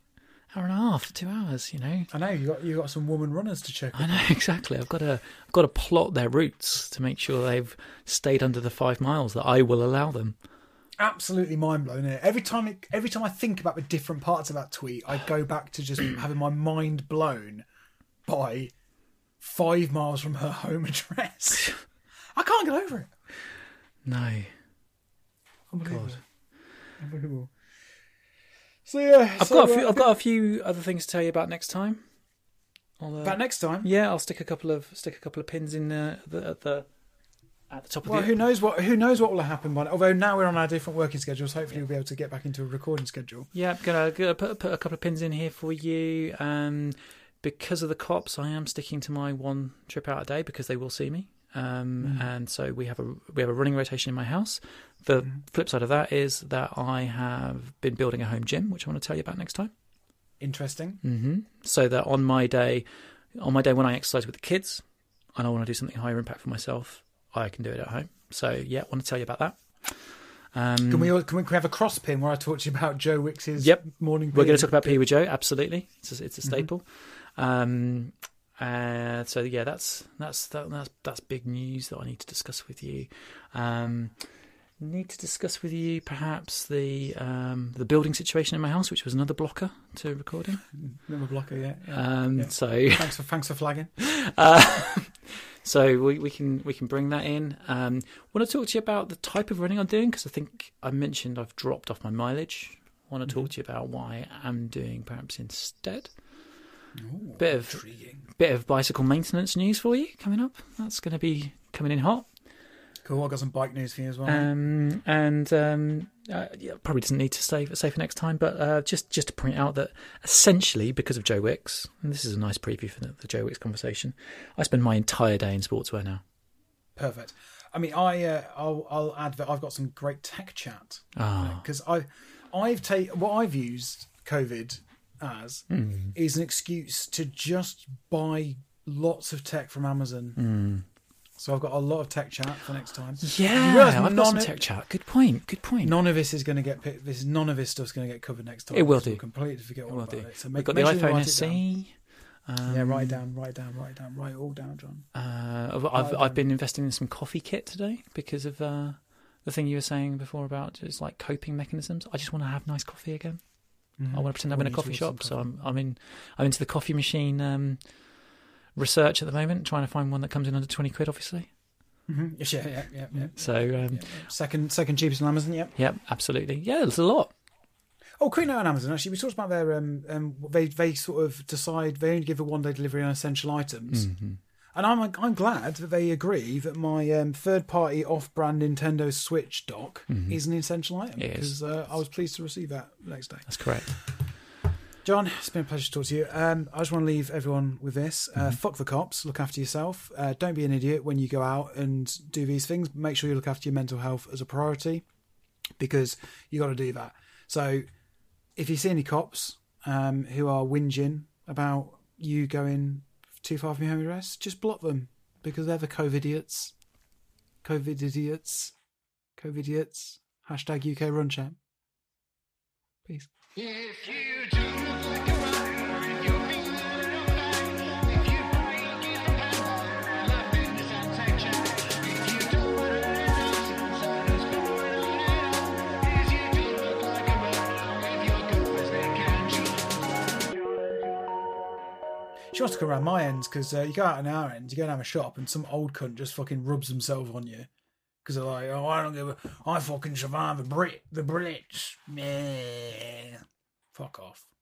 Speaker 3: Hour and a half, two hours. You know,
Speaker 2: I know you got you got some woman runners to check.
Speaker 3: I know exactly. I've got to I've got to plot their routes to make sure they've stayed under the five miles that I will allow them.
Speaker 2: absolutely mind blown. Isn't it? Every time, it, every time I think about the different parts of that tweet, I go back to just having my mind blown by five miles from her home address. I can't get over it.
Speaker 3: No.
Speaker 2: Unbelievable. Unbelievable. So uh, yeah,
Speaker 3: I've got a few. I've got a few other things to tell you about next time. I'll, uh,
Speaker 2: About next time.
Speaker 3: yeah, I'll stick a couple of stick a couple of pins in the, the at the at the top of
Speaker 2: Well,
Speaker 3: the.
Speaker 2: who knows what who knows what will happen by now. although now we're on our different working schedules. Hopefully, we'll be able to get back into a recording schedule.
Speaker 3: Yeah, I'm gonna, gonna put put a couple of pins in here for you. Um, because of the cops, I am sticking to my one trip out a day because they will see me.
Speaker 2: Hmm.
Speaker 3: Um, and so we have a we have a running rotation in my house. The
Speaker 2: Hmm.
Speaker 3: flip side of that is that I have been building a home gym, which I want to tell you about next time.
Speaker 2: Interesting.
Speaker 3: hmm So that on my day, on my day when I exercise with the kids, and I want to do something higher impact for myself, I can do it at home. So yeah, want to tell you about that. Um,
Speaker 2: Can we all, can we, can we have a cross pin where I talk to you about Joe Wicks's
Speaker 3: Yep.
Speaker 2: morning?
Speaker 3: We're going
Speaker 2: pee?
Speaker 3: to talk about Pee with Joe. Absolutely, it's a, it's a
Speaker 2: Mm-hmm.
Speaker 3: staple. Um, uh, so yeah, that's that's that, that's that's big news that I need to discuss with you. Um, need to discuss with you perhaps the um, the building situation in my house, which was another blocker to recording.
Speaker 2: Another blocker. Yeah. yeah.
Speaker 3: Um,
Speaker 2: Yeah.
Speaker 3: So.
Speaker 2: thanks for thanks for flagging.
Speaker 3: Uh, so we, we can we can bring that in. Um, want to talk to you about the type of running I'm doing because I think I mentioned I've dropped off my mileage. Want to talk to you about what I am doing perhaps instead. bit of bit of bicycle maintenance news for you coming up. That's going to be coming in hot.
Speaker 2: Mm-hmm.
Speaker 3: Uh,
Speaker 2: Cool. I got some bike news for you as well.
Speaker 3: Um, and um, uh, yeah, probably doesn't need to save save for next time, but uh, just just to point out that essentially because of Joe Wicks, and this is a nice preview for the, the Joe Wicks conversation, I spend my entire day in sportswear now.
Speaker 2: Perfect. I mean, I uh, I'll, I'll add that I've got some great tech chat
Speaker 3: Ah,
Speaker 2: because I I've taken what I've used COVID as
Speaker 3: Hmm.
Speaker 2: is an excuse to just buy lots of tech from Amazon.
Speaker 3: Hmm.
Speaker 2: So I've got a lot of tech chat for next time.
Speaker 3: yeah,
Speaker 2: You realise
Speaker 3: I've got some
Speaker 2: none-
Speaker 3: tech chat. Good point. Good point.
Speaker 2: None of this is going to get picked. This none of this stuff's going to get covered next time.
Speaker 3: It will
Speaker 2: because
Speaker 3: do.
Speaker 2: We'll completely forget all
Speaker 3: Will
Speaker 2: about
Speaker 3: do.
Speaker 2: it. So
Speaker 3: We've
Speaker 2: make,
Speaker 3: got the
Speaker 2: make sure you
Speaker 3: iPhone
Speaker 2: write it down.
Speaker 3: SE. Um,
Speaker 2: yeah, write it down, write it down, write it down, write it all down, John.
Speaker 3: Uh, I've
Speaker 2: Item.
Speaker 3: I've been investing in some coffee kit today because of uh, the thing you were saying before about just like coping mechanisms. I just want to have nice coffee again. I want Mm. to pretend I'm in
Speaker 2: Wanna
Speaker 3: a
Speaker 2: Mm-hmm. use
Speaker 3: coffee
Speaker 2: your
Speaker 3: shop,
Speaker 2: awesome
Speaker 3: so I'm I'm in I'm into the coffee machine um, research at the moment, trying to find one that comes in under twenty quid, obviously. Mm-hmm.
Speaker 2: Mhm. Yeah, yeah, yeah, yeah.
Speaker 3: So um,
Speaker 2: yeah. Second, second cheapest on Amazon. Yep.
Speaker 3: yeah, absolutely. Yeah, it's a lot.
Speaker 2: Oh, Quick Note on Amazon. Actually, we talked about their um, um they they sort of decide they only give a one day delivery on essential items,
Speaker 3: Mm-hmm.
Speaker 2: and I'm I'm glad that they agree that my um, third party off brand Nintendo Switch dock is an essential item
Speaker 3: Mm-hmm. It is.
Speaker 2: because uh, I was pleased to receive that next day.
Speaker 3: That's correct.
Speaker 2: John, it's been a pleasure to talk to you. Um, I just want to leave everyone with this: uh, fuck the cops, look after yourself. Uh, don't be an idiot when you go out and do these things. Make sure you look after your mental health as a priority, because you got to do that. So, if you see any cops um, who are whinging about you going too far from your home address, just block them because they're the COVID idiots. COVID idiots. COVID idiots. Hashtag UK Run Champ. Peace.
Speaker 4: If you do look like a runner, if you're feeling a fat, if you pray, give a pound, life fitness and tech chat. If you don't want to nonsense, and it's going on and on, is you do look like a runner, if you're good as they can
Speaker 2: She wants to come around my ends because uh, you go out on our end, you go down a shop, and some old cunt just fucking rubs himself on you because they're like, "Oh, I don't give a, I fucking survived the Brit, the Brits." Meh. Fuck off.